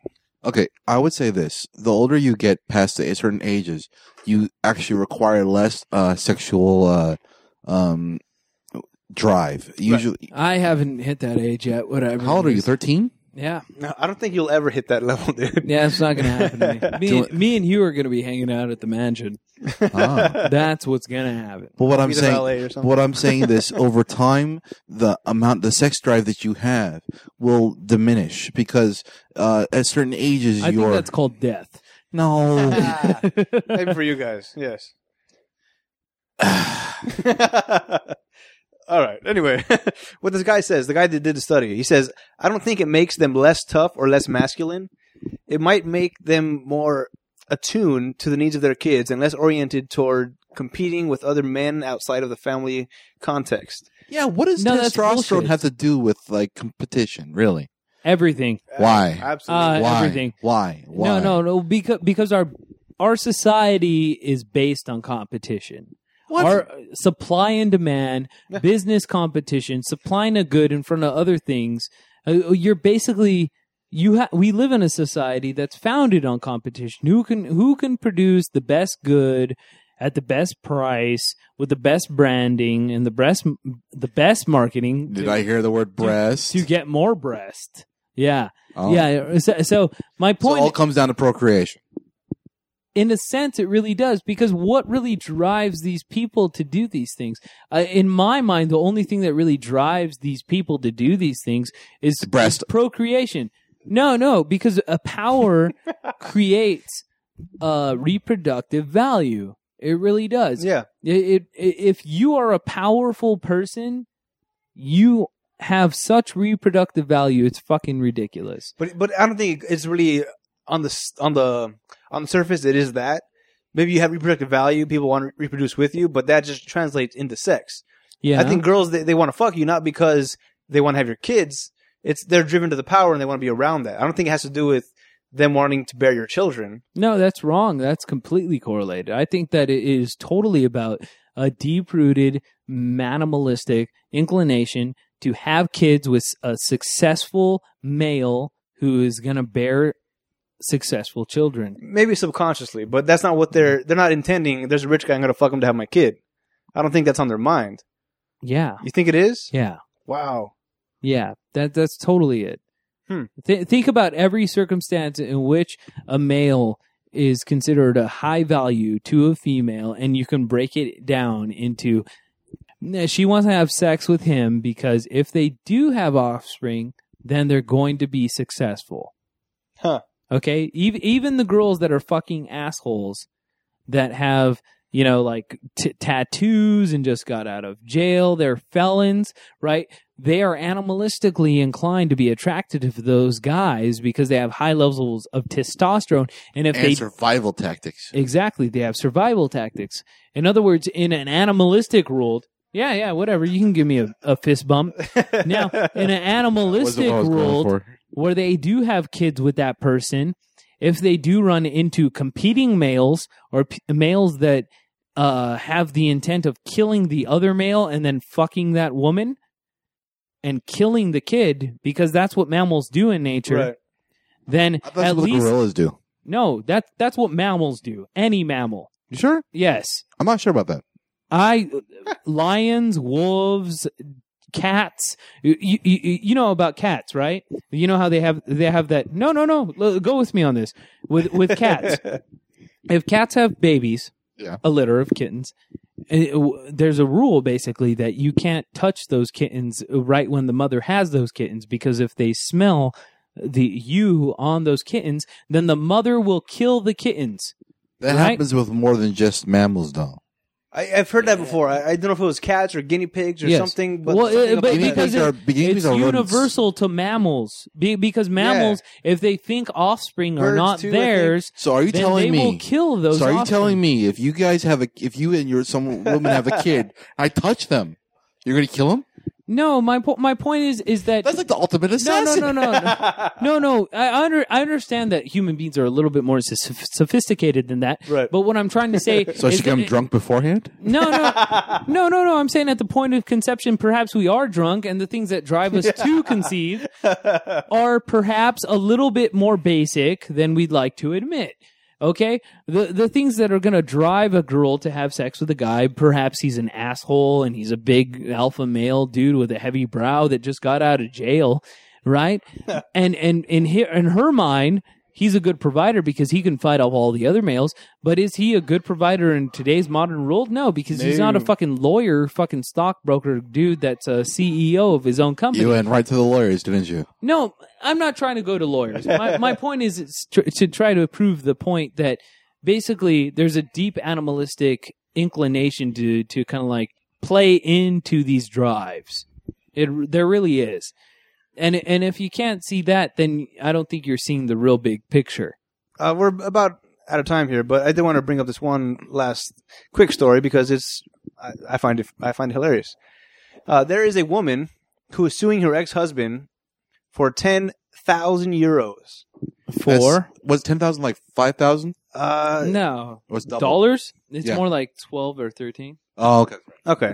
Speaker 2: Okay, I would say this: the older you get past a certain ages, you actually require less uh, sexual uh, um, drive. Usually,
Speaker 3: I haven't hit that age yet. Whatever.
Speaker 2: how old are
Speaker 3: it
Speaker 2: you?
Speaker 3: is.
Speaker 2: Thirteen?
Speaker 3: Yeah,
Speaker 1: No, I don't think you'll ever hit that level, dude.
Speaker 3: yeah, it's not gonna happen. To me.
Speaker 2: Do
Speaker 3: Me, and, me and you are gonna be hanging out at the mansion.
Speaker 2: Ah.
Speaker 3: That's what's gonna happen.
Speaker 2: But what I'm
Speaker 1: Be the
Speaker 2: saying,
Speaker 1: valet or something.
Speaker 2: what I'm saying, this over time, the amount, the sex drive that you have will diminish because uh, at certain ages,
Speaker 3: I think
Speaker 2: you're
Speaker 3: that's called death.
Speaker 2: no.
Speaker 1: Maybe for you guys, yes. All right. Anyway, what this guy says, the guy that did the study, he says, I don't think it makes them less tough or less masculine. It might make them more attuned to the needs of their kids and less oriented toward competing with other men outside of the family context.
Speaker 2: yeah, what does
Speaker 3: No, that's
Speaker 2: testosterone
Speaker 3: bullshit.
Speaker 2: have to do with like competition? Really?
Speaker 3: Everything.
Speaker 2: Why?
Speaker 1: Absolutely.
Speaker 3: Uh,
Speaker 2: Why?
Speaker 3: everything.
Speaker 2: Why? Why?
Speaker 3: No, no, no. Because because our our society is based on competition.
Speaker 2: What?
Speaker 3: Our uh, supply and demand,
Speaker 1: Yeah.
Speaker 3: business competition, supplying a good in front of other things. Uh, you're basically you ha- we live in a society that's founded on competition. Who can who can produce the best good at the best price with the best branding and the best the best marketing
Speaker 2: Did
Speaker 3: to,
Speaker 2: I hear the word breast?
Speaker 3: to get more breast? Yeah.
Speaker 2: Oh.
Speaker 3: Yeah, so, so my
Speaker 2: So
Speaker 3: point
Speaker 2: it all comes down to procreation.
Speaker 3: in a sense, it really does because what really drives these people to do these things? Uh, in my mind, the only thing that really drives these people to do these things is,
Speaker 2: The breast.
Speaker 3: is procreation. No, no, because a power creates uh, reproductive value. It really does.
Speaker 1: Yeah.
Speaker 3: It, it, if you are a powerful person, you have such reproductive value. It's fucking ridiculous.
Speaker 1: But but I don't think it's really on the s- on the on the surface. It is that maybe you have reproductive value. People want to reproduce with you, but that just translates into sex.
Speaker 3: Yeah,
Speaker 1: I think girls they, they want to fuck you not because they want to have your kids. It's they're driven to the power and they want to be around that. I don't think it has to do with them wanting to bear your children.
Speaker 3: No, that's wrong. That's completely correlated. I think that it is totally about a deep rooted animalistic inclination to have kids with a successful male who is going to bear successful children.
Speaker 1: Maybe subconsciously, but that's not what they're they're not intending. There's a rich guy. I'm gonna fuck him to have my kid. I don't think that's on their mind.
Speaker 3: Yeah.
Speaker 1: You think it is?
Speaker 3: Yeah.
Speaker 1: Wow.
Speaker 3: Yeah. That that's totally it.
Speaker 1: Hmm.
Speaker 3: Th- think about every circumstance in which a male is considered a high value to a female and you can break it down into "Nah, she wants to have sex with him because if they do have offspring, then they're going to be successful.
Speaker 1: Huh.
Speaker 3: Okay? Even even the girls that are fucking assholes that have, you know, like t- tattoos and just got out of jail, they're felons, right? They are animalistically inclined to be attracted to those guys because they have high levels of testosterone and if
Speaker 2: and
Speaker 3: they
Speaker 2: survival tactics.
Speaker 3: Exactly. They have survival tactics. In other words, in an animalistic world, yeah, yeah, whatever. You can give me a, a fist bump. Now, in an animalistic world where they do have kids with that person, if they do run into competing males or p- males that uh, have the intent of killing the other male and then fucking that woman and killing the kid, because that's what mammals do in nature,
Speaker 1: Right.
Speaker 3: then
Speaker 2: I thought that's
Speaker 3: at
Speaker 2: what the
Speaker 3: least
Speaker 2: gorillas do.
Speaker 3: no, that that's what mammals do. Any mammal.
Speaker 2: You sure?
Speaker 3: Yes.
Speaker 2: I'm not sure about that.
Speaker 3: I lions, wolves, cats. You, you, you you know about cats, right? You know how they have they have that. No, no, no. l- Go with me on this. With with cats, if cats have babies,
Speaker 2: Yeah.
Speaker 3: a litter of kittens. eh, w- There's a rule basically that you can't touch those kittens right when the mother has those kittens because if they smell the you on those kittens, then the mother will kill the kittens.
Speaker 2: That
Speaker 3: Right.
Speaker 2: happens with more than just mammals, though.
Speaker 1: I, I've heard that before. I, I don't know if it was cats or guinea pigs or
Speaker 3: Yes.
Speaker 1: something, but,
Speaker 3: Well,
Speaker 1: something
Speaker 3: uh, but
Speaker 1: about
Speaker 2: Guinea
Speaker 1: that.
Speaker 3: because
Speaker 2: pigs are- guinea
Speaker 3: it's
Speaker 2: pigs are rodents.
Speaker 3: universal to mammals be, because mammals, if they think offspring are
Speaker 1: Birds,
Speaker 3: not
Speaker 1: too, I think.
Speaker 3: theirs,
Speaker 2: So are you
Speaker 3: then
Speaker 2: telling
Speaker 3: they
Speaker 2: me?
Speaker 3: will kill those.
Speaker 2: so are you
Speaker 3: offspring.
Speaker 2: telling me if you guys have a if you and your some women have a kid, I touch them, you're gonna kill them?
Speaker 3: No, my po- my point is is that
Speaker 2: That's like the ultimate
Speaker 3: no, no,
Speaker 2: assassin.
Speaker 3: no, no, no, no, no. I I under, I understand that human beings are a little bit more soph- sophisticated than that.
Speaker 1: Right.
Speaker 3: But what I'm trying to say,
Speaker 2: So I
Speaker 3: is
Speaker 2: should get them
Speaker 3: that-
Speaker 2: drunk beforehand.
Speaker 3: No, no, no, no, no. I'm saying at the point of conception, perhaps we are drunk, and the things that drive us to conceive are perhaps a little bit more basic than we'd like to admit. Okay, the the things that are going to drive a girl to have sex with a guy, perhaps he's an asshole and he's a big alpha male dude with a heavy brow that just got out of jail, right? and and in her in her mind, he's a good provider because he can fight off all the other males. But is he a good provider in today's modern world? No, because he's not a fucking lawyer, fucking stockbroker dude that's a CEO of his own company.
Speaker 2: You went right to the lawyers, didn't you?
Speaker 3: No, I'm not trying to go to lawyers. My, my point is it's tr- to try to prove the point that basically there's a deep animalistic inclination to to kind of like play into these drives. It there really is, and and if you can't see that, then I don't think you're seeing the real big picture.
Speaker 1: Uh, we're about out of time here, but I did want to bring up this one last quick story because it's I, I find it I find it hilarious. Uh, there is a woman who is suing her ex husband for ten thousand euros.
Speaker 3: Four?
Speaker 2: That's- was ten thousand like five thousand?
Speaker 1: Uh,
Speaker 3: No
Speaker 2: Was double?
Speaker 3: dollars. It's
Speaker 2: Yeah.
Speaker 3: more like twelve or thirteen.
Speaker 2: Oh, okay.
Speaker 1: Okay,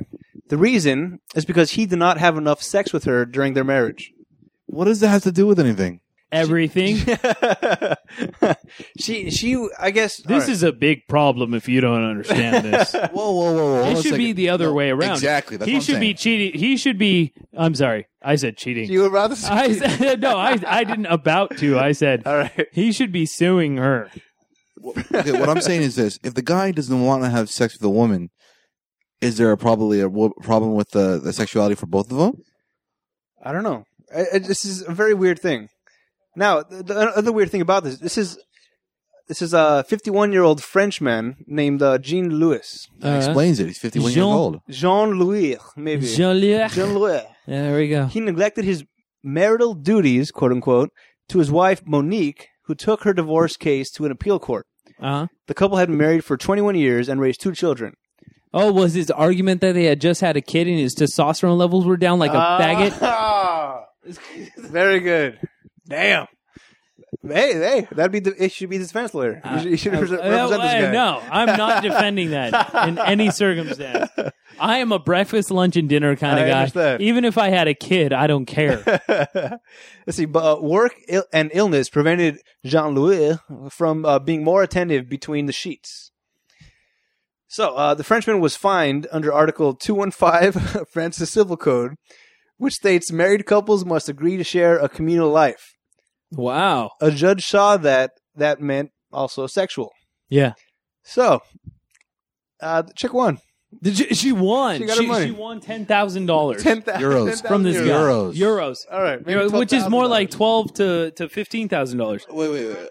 Speaker 1: the reason is because he did not have enough sex with her during their marriage.
Speaker 2: What does that have to do with anything?
Speaker 3: Everything.
Speaker 1: she she I guess
Speaker 4: This is a big problem if you don't understand this.
Speaker 2: Whoa, whoa, whoa, whoa! hold on a
Speaker 4: it should be
Speaker 2: second.
Speaker 4: the other
Speaker 2: No,
Speaker 4: way around.
Speaker 2: Exactly. That's
Speaker 4: he
Speaker 2: what I'm
Speaker 4: should be
Speaker 2: saying.
Speaker 4: cheating. He should be. I'm sorry. I said cheating.
Speaker 1: you would rather.
Speaker 4: I said, no. I I didn't about to. I said
Speaker 1: All right.
Speaker 4: he should be suing her.
Speaker 2: okay, what I'm saying is this: if the guy doesn't want to have sex with a woman, is there a probably a wo- problem with the, the sexuality for both of them?
Speaker 1: I don't know. I, I, this is a very weird thing. Now, the, the other weird thing about this, this is this is a 51 year old Frenchman named uh, Jean Louis,
Speaker 3: Uh-huh.
Speaker 2: That explains it. He's 51
Speaker 3: Jean-
Speaker 2: years old.
Speaker 1: Jean Louis, maybe
Speaker 3: Jean-Luc.
Speaker 1: Jean Louis.
Speaker 3: There we go.
Speaker 1: He neglected his marital duties, quote unquote, to his wife Monique, who took her divorce case to an appeal court.
Speaker 3: Uh-huh.
Speaker 1: The couple had been married for 21 years and raised two children.
Speaker 3: Oh, was his argument that they had just had a kid and his testosterone levels were down like a
Speaker 1: Ah.
Speaker 3: faggot?
Speaker 1: Very good. Damn. Hey, hey, that'd be the, it. Should be the defense lawyer. You should, you should
Speaker 3: Uh,
Speaker 1: represent this
Speaker 3: uh,
Speaker 1: guy.
Speaker 3: No, I'm not defending that in any circumstance. I am a breakfast, lunch, and dinner kind
Speaker 1: I
Speaker 3: of guy.
Speaker 1: understand.
Speaker 3: Even if I had a kid, I don't care.
Speaker 1: Let's see, but uh, work il- and illness prevented Jean Louis from uh, being more attentive between the sheets. So uh, the Frenchman was fined under Article 215 France's Civil Code, which states married couples must agree to share a communal life.
Speaker 3: wow.
Speaker 1: A judge saw that that meant also sexual.
Speaker 3: Yeah.
Speaker 1: So, uh, check one.
Speaker 3: Did she, she won.
Speaker 1: She got her money.
Speaker 3: won ten thousand dollars
Speaker 1: 10,000
Speaker 2: Euros.
Speaker 1: 10,000
Speaker 3: from this guy.
Speaker 2: Euros.
Speaker 3: Euros.
Speaker 1: All right. Uh, maybe
Speaker 3: Euros, which is more like
Speaker 1: $12,000.
Speaker 3: twelve to to fifteen thousand dollars.
Speaker 2: Wait, wait, wait.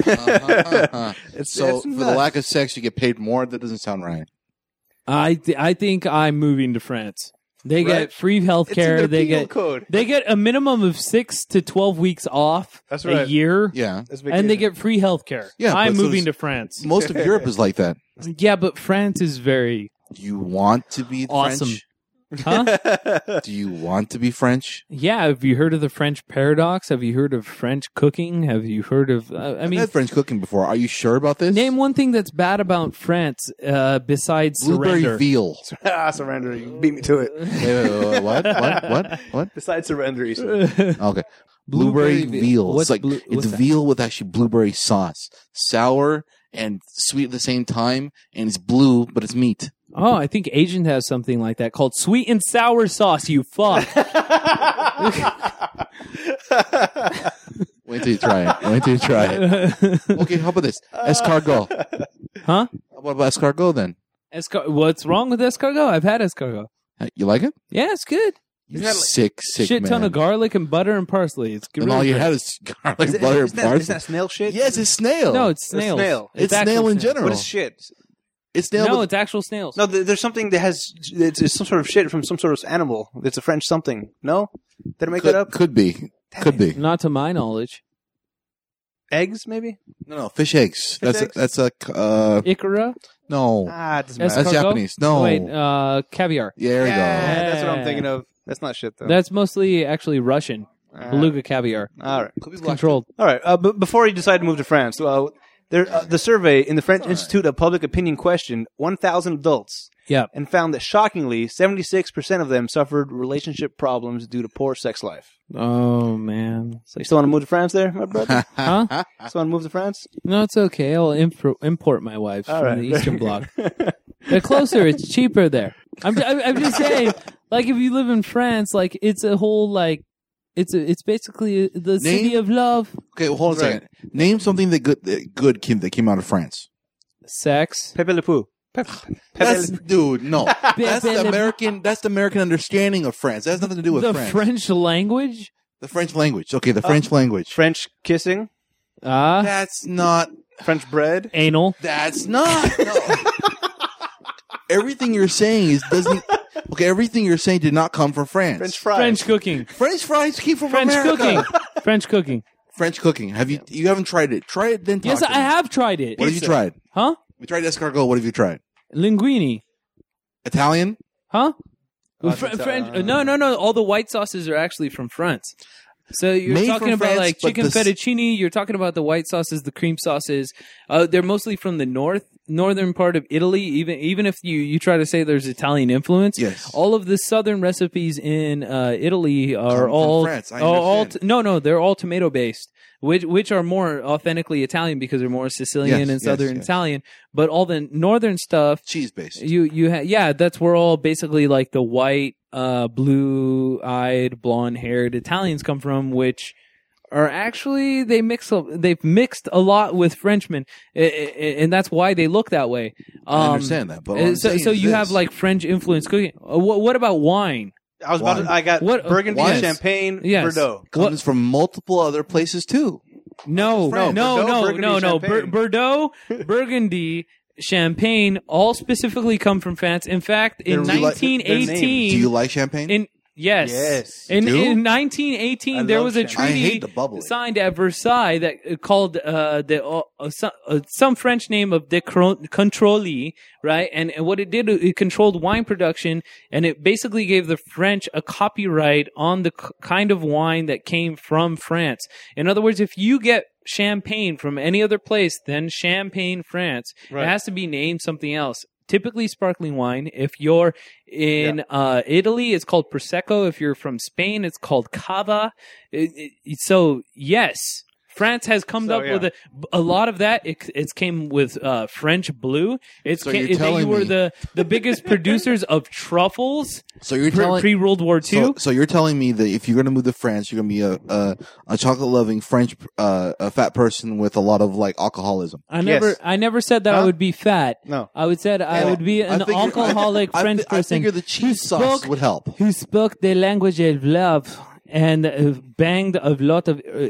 Speaker 2: Uh-huh,
Speaker 1: It's-
Speaker 2: so
Speaker 1: it's
Speaker 2: for the
Speaker 1: nuts.
Speaker 2: lack of sex, you get paid more. That doesn't sound right.
Speaker 3: I th- I think I'm moving to France. They
Speaker 1: Right.
Speaker 3: get free health
Speaker 1: It's in their
Speaker 3: care. They
Speaker 1: penal
Speaker 3: get
Speaker 1: code.
Speaker 3: they get a minimum of six to twelve weeks off
Speaker 1: That's
Speaker 3: a
Speaker 1: right.
Speaker 3: year.
Speaker 2: Yeah,
Speaker 1: That's
Speaker 3: and they
Speaker 1: vacation.
Speaker 3: get free health care.
Speaker 2: Yeah,
Speaker 3: I'm
Speaker 2: but so
Speaker 3: moving
Speaker 2: does-
Speaker 3: to France.
Speaker 2: most of Europe is like that.
Speaker 3: Yeah, but France is very
Speaker 2: Do you want to be
Speaker 3: awesome.
Speaker 2: French?
Speaker 3: Huh?
Speaker 2: Do you want to be French?
Speaker 3: yeah, have you heard of the French paradox? Have you heard of French cooking? Have you heard of uh, I
Speaker 2: I
Speaker 3: mean
Speaker 2: have had French cooking before. Are you sure about this?
Speaker 3: name one thing that's bad about France uh, besides
Speaker 2: blueberry
Speaker 3: surrender.
Speaker 2: veal.
Speaker 1: ah, surrender. You beat me to it.
Speaker 2: Wait, wait, wait, wait, what? What? What? What?
Speaker 1: Besides surrender, Ethan.
Speaker 2: Okay. Blueberry,
Speaker 3: Blueberry veal.
Speaker 2: veal.
Speaker 3: What's
Speaker 2: it's like
Speaker 3: blue-
Speaker 2: it's
Speaker 3: what's that?
Speaker 2: veal with actually blueberry sauce, sour and sweet at the same time, and it's blue, but it's meat.
Speaker 3: Oh, I think Agent has something like that called sweet and sour sauce. You fuck.
Speaker 2: Wait till you try it. Wait till you try it. Okay, how about this escargot?
Speaker 3: Huh?
Speaker 2: What about escargot then?
Speaker 3: Escar- What's wrong with escargot? I've had escargot.
Speaker 2: Uh, You like it?
Speaker 3: Yeah, it's good.
Speaker 2: You
Speaker 1: Isn't that like-
Speaker 2: sick, sick
Speaker 3: Shit
Speaker 2: man.
Speaker 3: ton of garlic and butter and parsley. It's good.
Speaker 2: and all you had is garlic,
Speaker 1: Is it-
Speaker 2: butter,
Speaker 1: isn't that-
Speaker 2: parsley.
Speaker 1: isn't that snail shit?
Speaker 2: yes, it's snail.
Speaker 3: no, it's
Speaker 1: It's
Speaker 3: snails.
Speaker 1: snail.
Speaker 2: It's
Speaker 3: actual
Speaker 2: snail in
Speaker 3: snails.
Speaker 2: general.
Speaker 1: What is shit?
Speaker 2: it's snail.
Speaker 3: no,
Speaker 2: with-
Speaker 3: it's actual snails.
Speaker 1: No, th- there's something that has it's, it's some sort of shit from some sort of animal. It's a French something. No, did I make
Speaker 2: could,
Speaker 1: that up?
Speaker 2: could be. Could be.
Speaker 3: Not to my knowledge.
Speaker 1: Eggs, maybe.
Speaker 2: No, no, fish eggs. that's
Speaker 1: eggs?
Speaker 2: A, that's a c- uh
Speaker 3: Ikara?
Speaker 2: no.
Speaker 1: Ah, it doesn't
Speaker 3: That's
Speaker 1: matter.
Speaker 2: that's
Speaker 3: escargot?
Speaker 2: Japanese. No.
Speaker 3: Wait, uh, caviar.
Speaker 2: yeah, there
Speaker 1: yeah,
Speaker 2: you
Speaker 1: that's what I'm
Speaker 3: Yeah.
Speaker 1: thinking of. That's not shit though.
Speaker 3: That's mostly actually Russian.
Speaker 1: Ah,
Speaker 3: Beluga caviar.
Speaker 1: all right,
Speaker 2: go.
Speaker 3: Controlled.
Speaker 1: all right. Uh, but before you decide to move to France, uh, there uh, the survey in the French Institute of Public Opinion questioned 1,000 adults
Speaker 3: Yeah.
Speaker 1: and found that shockingly, 76 percent of them suffered relationship problems due to poor sex life.
Speaker 3: Oh, man.
Speaker 1: So you still want to move to France, there, my brother?
Speaker 3: Huh?
Speaker 1: still want to move to France?
Speaker 3: No, it's okay. I'll impro- import my wives
Speaker 1: All
Speaker 3: from
Speaker 1: right.
Speaker 3: the Eastern Bloc. They're closer. It's cheaper there. I'm, ju- I'm, I'm just saying, like, if you live in France, like, it's a whole, like, it's a, it's basically the city of love.
Speaker 2: Okay, well, hold on a
Speaker 1: Right.
Speaker 2: second. Name something that good that good came that came out of France.
Speaker 3: Sex.
Speaker 1: Pepe Le Pew. Pepe, Pepe
Speaker 2: That's
Speaker 1: Le
Speaker 2: dude, no. That's
Speaker 3: Pepe
Speaker 2: the
Speaker 3: Le-
Speaker 2: American that's the American understanding of France. That has nothing to do with
Speaker 3: the
Speaker 2: France.
Speaker 3: French Uh, language.
Speaker 2: the French language. Okay, the French language.
Speaker 1: French kissing,
Speaker 3: Ah,
Speaker 2: That's not
Speaker 1: French bread.
Speaker 3: anal.
Speaker 2: That's not. No. everything you're saying is doesn't. Okay, everything you're saying did not come from France.
Speaker 1: French fries.
Speaker 4: French cooking.
Speaker 2: French fries came from
Speaker 4: French
Speaker 2: America.
Speaker 4: cooking. French cooking.
Speaker 2: French cooking. Have you? You haven't tried it. Try it then. Talk
Speaker 3: Yes,
Speaker 2: to
Speaker 3: I
Speaker 2: me.
Speaker 3: have tried it.
Speaker 2: What have you tried?
Speaker 3: Huh?
Speaker 2: We tried escargot. What have you tried?
Speaker 3: Linguini.
Speaker 2: Italian.
Speaker 3: Huh?
Speaker 1: Oh,
Speaker 3: Fr-
Speaker 1: that's, uh,
Speaker 3: French? no, no, no. All the white sauces are actually from France. So you're
Speaker 2: Made
Speaker 3: talking
Speaker 2: from
Speaker 3: about
Speaker 2: France,
Speaker 3: like
Speaker 2: but
Speaker 3: chicken
Speaker 2: this-
Speaker 3: fettuccine. You're talking about the white sauces, the cream sauces. Uh, they're mostly from the north, northern part of Italy. Even even if you you try to say there's Italian influence,
Speaker 2: Yes.
Speaker 3: all of the southern recipes in uh, Italy are
Speaker 2: from
Speaker 3: all
Speaker 2: France, I
Speaker 3: are all
Speaker 2: understand.
Speaker 3: t- no, no. They're all tomato based, which which are more authentically Italian because they're more Sicilian
Speaker 2: Yes,
Speaker 3: and
Speaker 2: yes,
Speaker 3: southern
Speaker 2: yes.
Speaker 3: Italian. But all the northern stuff
Speaker 2: Cheese based.
Speaker 3: you you ha- yeah, that's where all basically like the white, uh, blue-eyed, blonde-haired Italians come from, which are actually they mix a, they've mixed a lot with Frenchmen, I- I- and that's why they look that way. Um,
Speaker 2: I understand that, but what
Speaker 3: uh,
Speaker 2: I'm
Speaker 3: so
Speaker 2: saying
Speaker 3: so
Speaker 2: is
Speaker 3: you
Speaker 2: this.
Speaker 3: have like French influence cooking. Uh, what what about wine?
Speaker 1: I was about.
Speaker 2: Wine.
Speaker 1: To, I got
Speaker 3: What-
Speaker 1: burgundy,
Speaker 2: Yes.
Speaker 1: champagne,
Speaker 3: Yes.
Speaker 1: Bordeaux.
Speaker 3: What-
Speaker 2: comes from multiple other places too.
Speaker 3: No, no,
Speaker 2: France.
Speaker 3: no,
Speaker 1: Bordeaux,
Speaker 3: no,
Speaker 1: Burgundy,
Speaker 3: no, no. Bur-
Speaker 1: Champagne.
Speaker 3: Bordeaux, Burgundy. Champagne, all specifically come from France. In fact, in
Speaker 1: They're
Speaker 2: re-
Speaker 3: 1918,
Speaker 2: Do you like champagne?
Speaker 3: In yes,
Speaker 1: Yes.
Speaker 3: In,
Speaker 2: Do?
Speaker 3: in 1918,
Speaker 1: I
Speaker 3: there
Speaker 1: love
Speaker 3: was a
Speaker 1: champagne.
Speaker 2: I
Speaker 3: treaty
Speaker 2: hate the bubbly.
Speaker 3: signed at Versailles that uh, called uh, the uh, uh, some, uh, some French name of de Cron- contrôle, right? And, and what it did, it controlled wine production, and it basically gave the French a copyright on the c- kind of wine that came from France. In other words, if you get champagne from any other place than Champagne, France,
Speaker 1: Right.
Speaker 3: it has to be named something else. Typically, sparkling wine. If you're in uh, Italy, it's called prosecco. If you're from Spain, it's called cava. It- it- it- so yes, France has come
Speaker 1: So,
Speaker 3: up
Speaker 1: yeah.
Speaker 3: with a, a lot of that. It, it's came with uh, French blue. It's
Speaker 2: So
Speaker 3: ca-
Speaker 2: you're
Speaker 3: it- they
Speaker 2: telling
Speaker 3: were
Speaker 2: me-
Speaker 3: the the biggest producers of truffles
Speaker 2: so you're telling
Speaker 3: pre World War II.
Speaker 2: So, so you're telling me that if you're going to move to France, you're going to be a a, a chocolate loving French uh, a fat person with a lot of like alcoholism.
Speaker 3: I never
Speaker 1: Yes.
Speaker 3: I never said that I
Speaker 1: Huh?
Speaker 3: would be fat.
Speaker 1: No.
Speaker 3: I would said I
Speaker 2: Yeah.
Speaker 3: would be
Speaker 2: I
Speaker 3: an
Speaker 2: figure- I thi-
Speaker 3: alcoholic
Speaker 2: I,
Speaker 3: French
Speaker 2: thi- I
Speaker 3: person.
Speaker 2: figure the cheese
Speaker 3: who
Speaker 2: sauce
Speaker 3: spoke-
Speaker 2: would help.
Speaker 3: who spoke the language of love and uh, banged a lot of uh,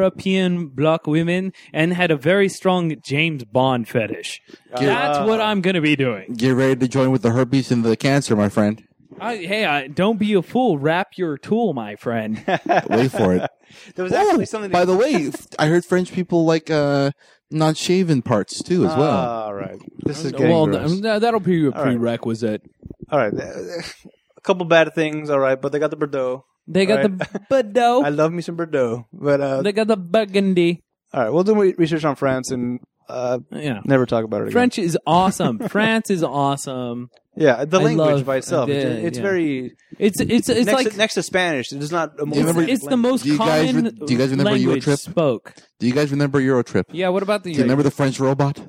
Speaker 3: European block women and had a very strong James Bond fetish. That's what I'm going to be doing.
Speaker 2: Get ready to join with the herpes and the cancer, my friend.
Speaker 3: I, hey, I, don't be a fool. Wrap your tool, my friend.
Speaker 2: Wait for it.
Speaker 1: There was
Speaker 2: Oh,
Speaker 1: actually something.
Speaker 2: by the way, f- I heard French people like uh, not shaven parts too, as well.
Speaker 1: Ah, All right. This is getting
Speaker 3: well,
Speaker 1: gross.
Speaker 3: th- that'll be a
Speaker 1: right.
Speaker 3: prerequisite.
Speaker 1: All right. A couple bad things. All right, but they got the Bordeaux.
Speaker 3: They got
Speaker 1: All
Speaker 3: the
Speaker 1: I
Speaker 3: Bordeaux.
Speaker 1: love me some Bordeaux, but uh,
Speaker 3: they got the Burgundy.
Speaker 1: all right, we'll do re- research on France and uh,
Speaker 3: Yeah.
Speaker 1: never talk about it
Speaker 3: French is awesome. France is awome.
Speaker 1: again. Yeah, the
Speaker 3: I
Speaker 1: language
Speaker 3: love-
Speaker 1: by itself,
Speaker 3: yeah,
Speaker 1: it's, it's
Speaker 3: yeah.
Speaker 1: very
Speaker 3: It's it's it's
Speaker 1: next,
Speaker 3: like
Speaker 1: to, next to Spanish. It is not. A
Speaker 2: you remember-
Speaker 1: multi-language
Speaker 3: it's the most
Speaker 2: Do you guys
Speaker 3: common
Speaker 2: re- do you guys remember
Speaker 3: language
Speaker 2: Eurotrip?
Speaker 3: spoke.
Speaker 2: Do you guys remember Eurotrip?
Speaker 3: Yeah, what about the
Speaker 2: Do you remember the French robot?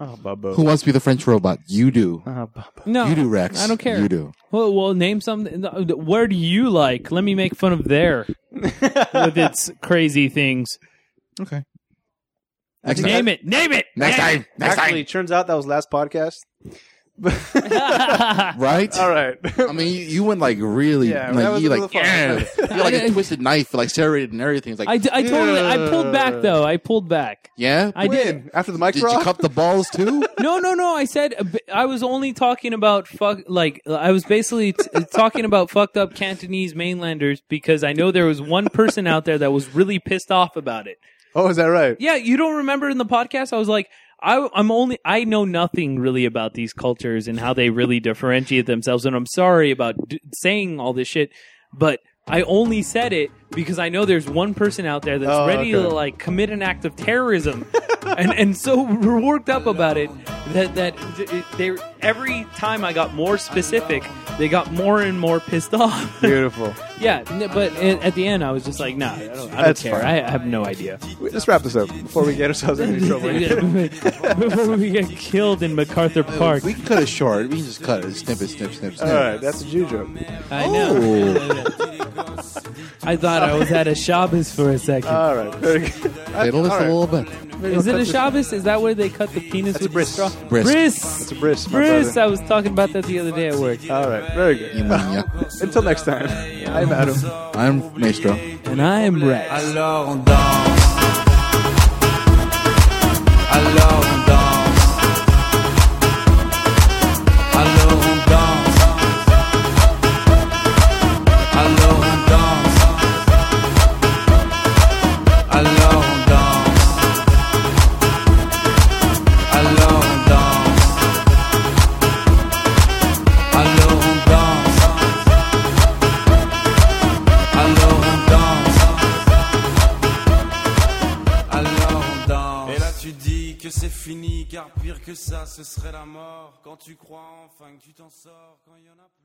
Speaker 1: Oh, Bubbo.
Speaker 2: Who wants to be the French robot? You do.
Speaker 1: Ah, Bubbo.
Speaker 3: No,
Speaker 2: You do, Rex.
Speaker 3: I don't care.
Speaker 2: You do.
Speaker 3: Well,
Speaker 4: Well, name some. Where do you like? Let me make fun of their with its crazy things.
Speaker 2: Okay.
Speaker 1: I think
Speaker 4: Name it. Name it.
Speaker 2: Next
Speaker 4: name
Speaker 2: time. Next
Speaker 1: Actually, turns out that was last podcast.
Speaker 4: it.
Speaker 2: time. Right?
Speaker 1: All right.
Speaker 2: I mean, you, you went like really,
Speaker 1: Yeah, that
Speaker 2: like
Speaker 1: was
Speaker 2: you
Speaker 1: a little
Speaker 2: like,
Speaker 1: far.
Speaker 2: yeah. you're like a twisted knife, like serrated and everything. It's like,
Speaker 4: I, d- I totally. I pulled back though. I pulled back.
Speaker 2: yeah.
Speaker 4: I did.
Speaker 1: When? After the mic
Speaker 2: Did you
Speaker 1: drop?
Speaker 2: cup the balls too?
Speaker 3: no, no, no. I said a bi- I was only talking about fuck. Like I was basically t- talking about fucked up Cantonese mainlanders because I know there was one person out there that was really pissed off about it.
Speaker 1: Oh, is that right?
Speaker 3: Yeah, you don't remember in the podcast? I was like, I, I'm only, I know nothing really about these cultures and how they really differentiate themselves. And I'm sorry about d- saying all this shit, but I only said it because I know there's one person out there that's
Speaker 1: Oh,
Speaker 3: ready
Speaker 1: okay.
Speaker 3: to like commit an act of terrorism, and and so we're worked up about it that that d- it- they every time I got more specific, they got more and more pissed off.
Speaker 1: Beautiful.
Speaker 3: yeah, n- but a- at the end, I was just like, nah, I don't, I don't
Speaker 1: That's
Speaker 3: care.
Speaker 1: fine.
Speaker 3: I, I have no idea.
Speaker 1: Let's wrap this up before we get ourselves into trouble.
Speaker 4: Before we get killed in MacArthur
Speaker 1: Oh,
Speaker 4: Park.
Speaker 2: We can cut it short. We can just cut it. Snip it, snip, snip, snip.
Speaker 1: All right, that's a Jew joke.
Speaker 3: I
Speaker 1: Oh.
Speaker 3: know. I thought I was at a Shabbos for a second.
Speaker 1: All right, very good.
Speaker 2: Fiddle us
Speaker 1: All right.
Speaker 2: a little bit.
Speaker 3: Is it
Speaker 1: Uh, cut
Speaker 3: a
Speaker 1: this-
Speaker 3: Shabbos? Is that where they cut the penis
Speaker 1: That's a
Speaker 3: with
Speaker 1: bris.
Speaker 3: the straw?
Speaker 2: Brisk.
Speaker 3: Bris.
Speaker 1: It's a bris, my
Speaker 3: Bris.
Speaker 1: brother.
Speaker 3: I was talking about that the other day at work.
Speaker 1: All right, very good.
Speaker 2: Yeah.
Speaker 1: Until next time, I'm Adam.
Speaker 2: I'm Maestro.
Speaker 3: And I am Rex.
Speaker 5: Alors on danse. Alors on danse. Alors on danse. Alors on danse. Alors on danse. Alors on danse. Alors on danse. Alors on danse. Alors on danse. Et là tu dis que c'est fini, car pire que ça, ce serait la mort. Quand tu crois enfin que tu t'en sors, quand il y en a plus.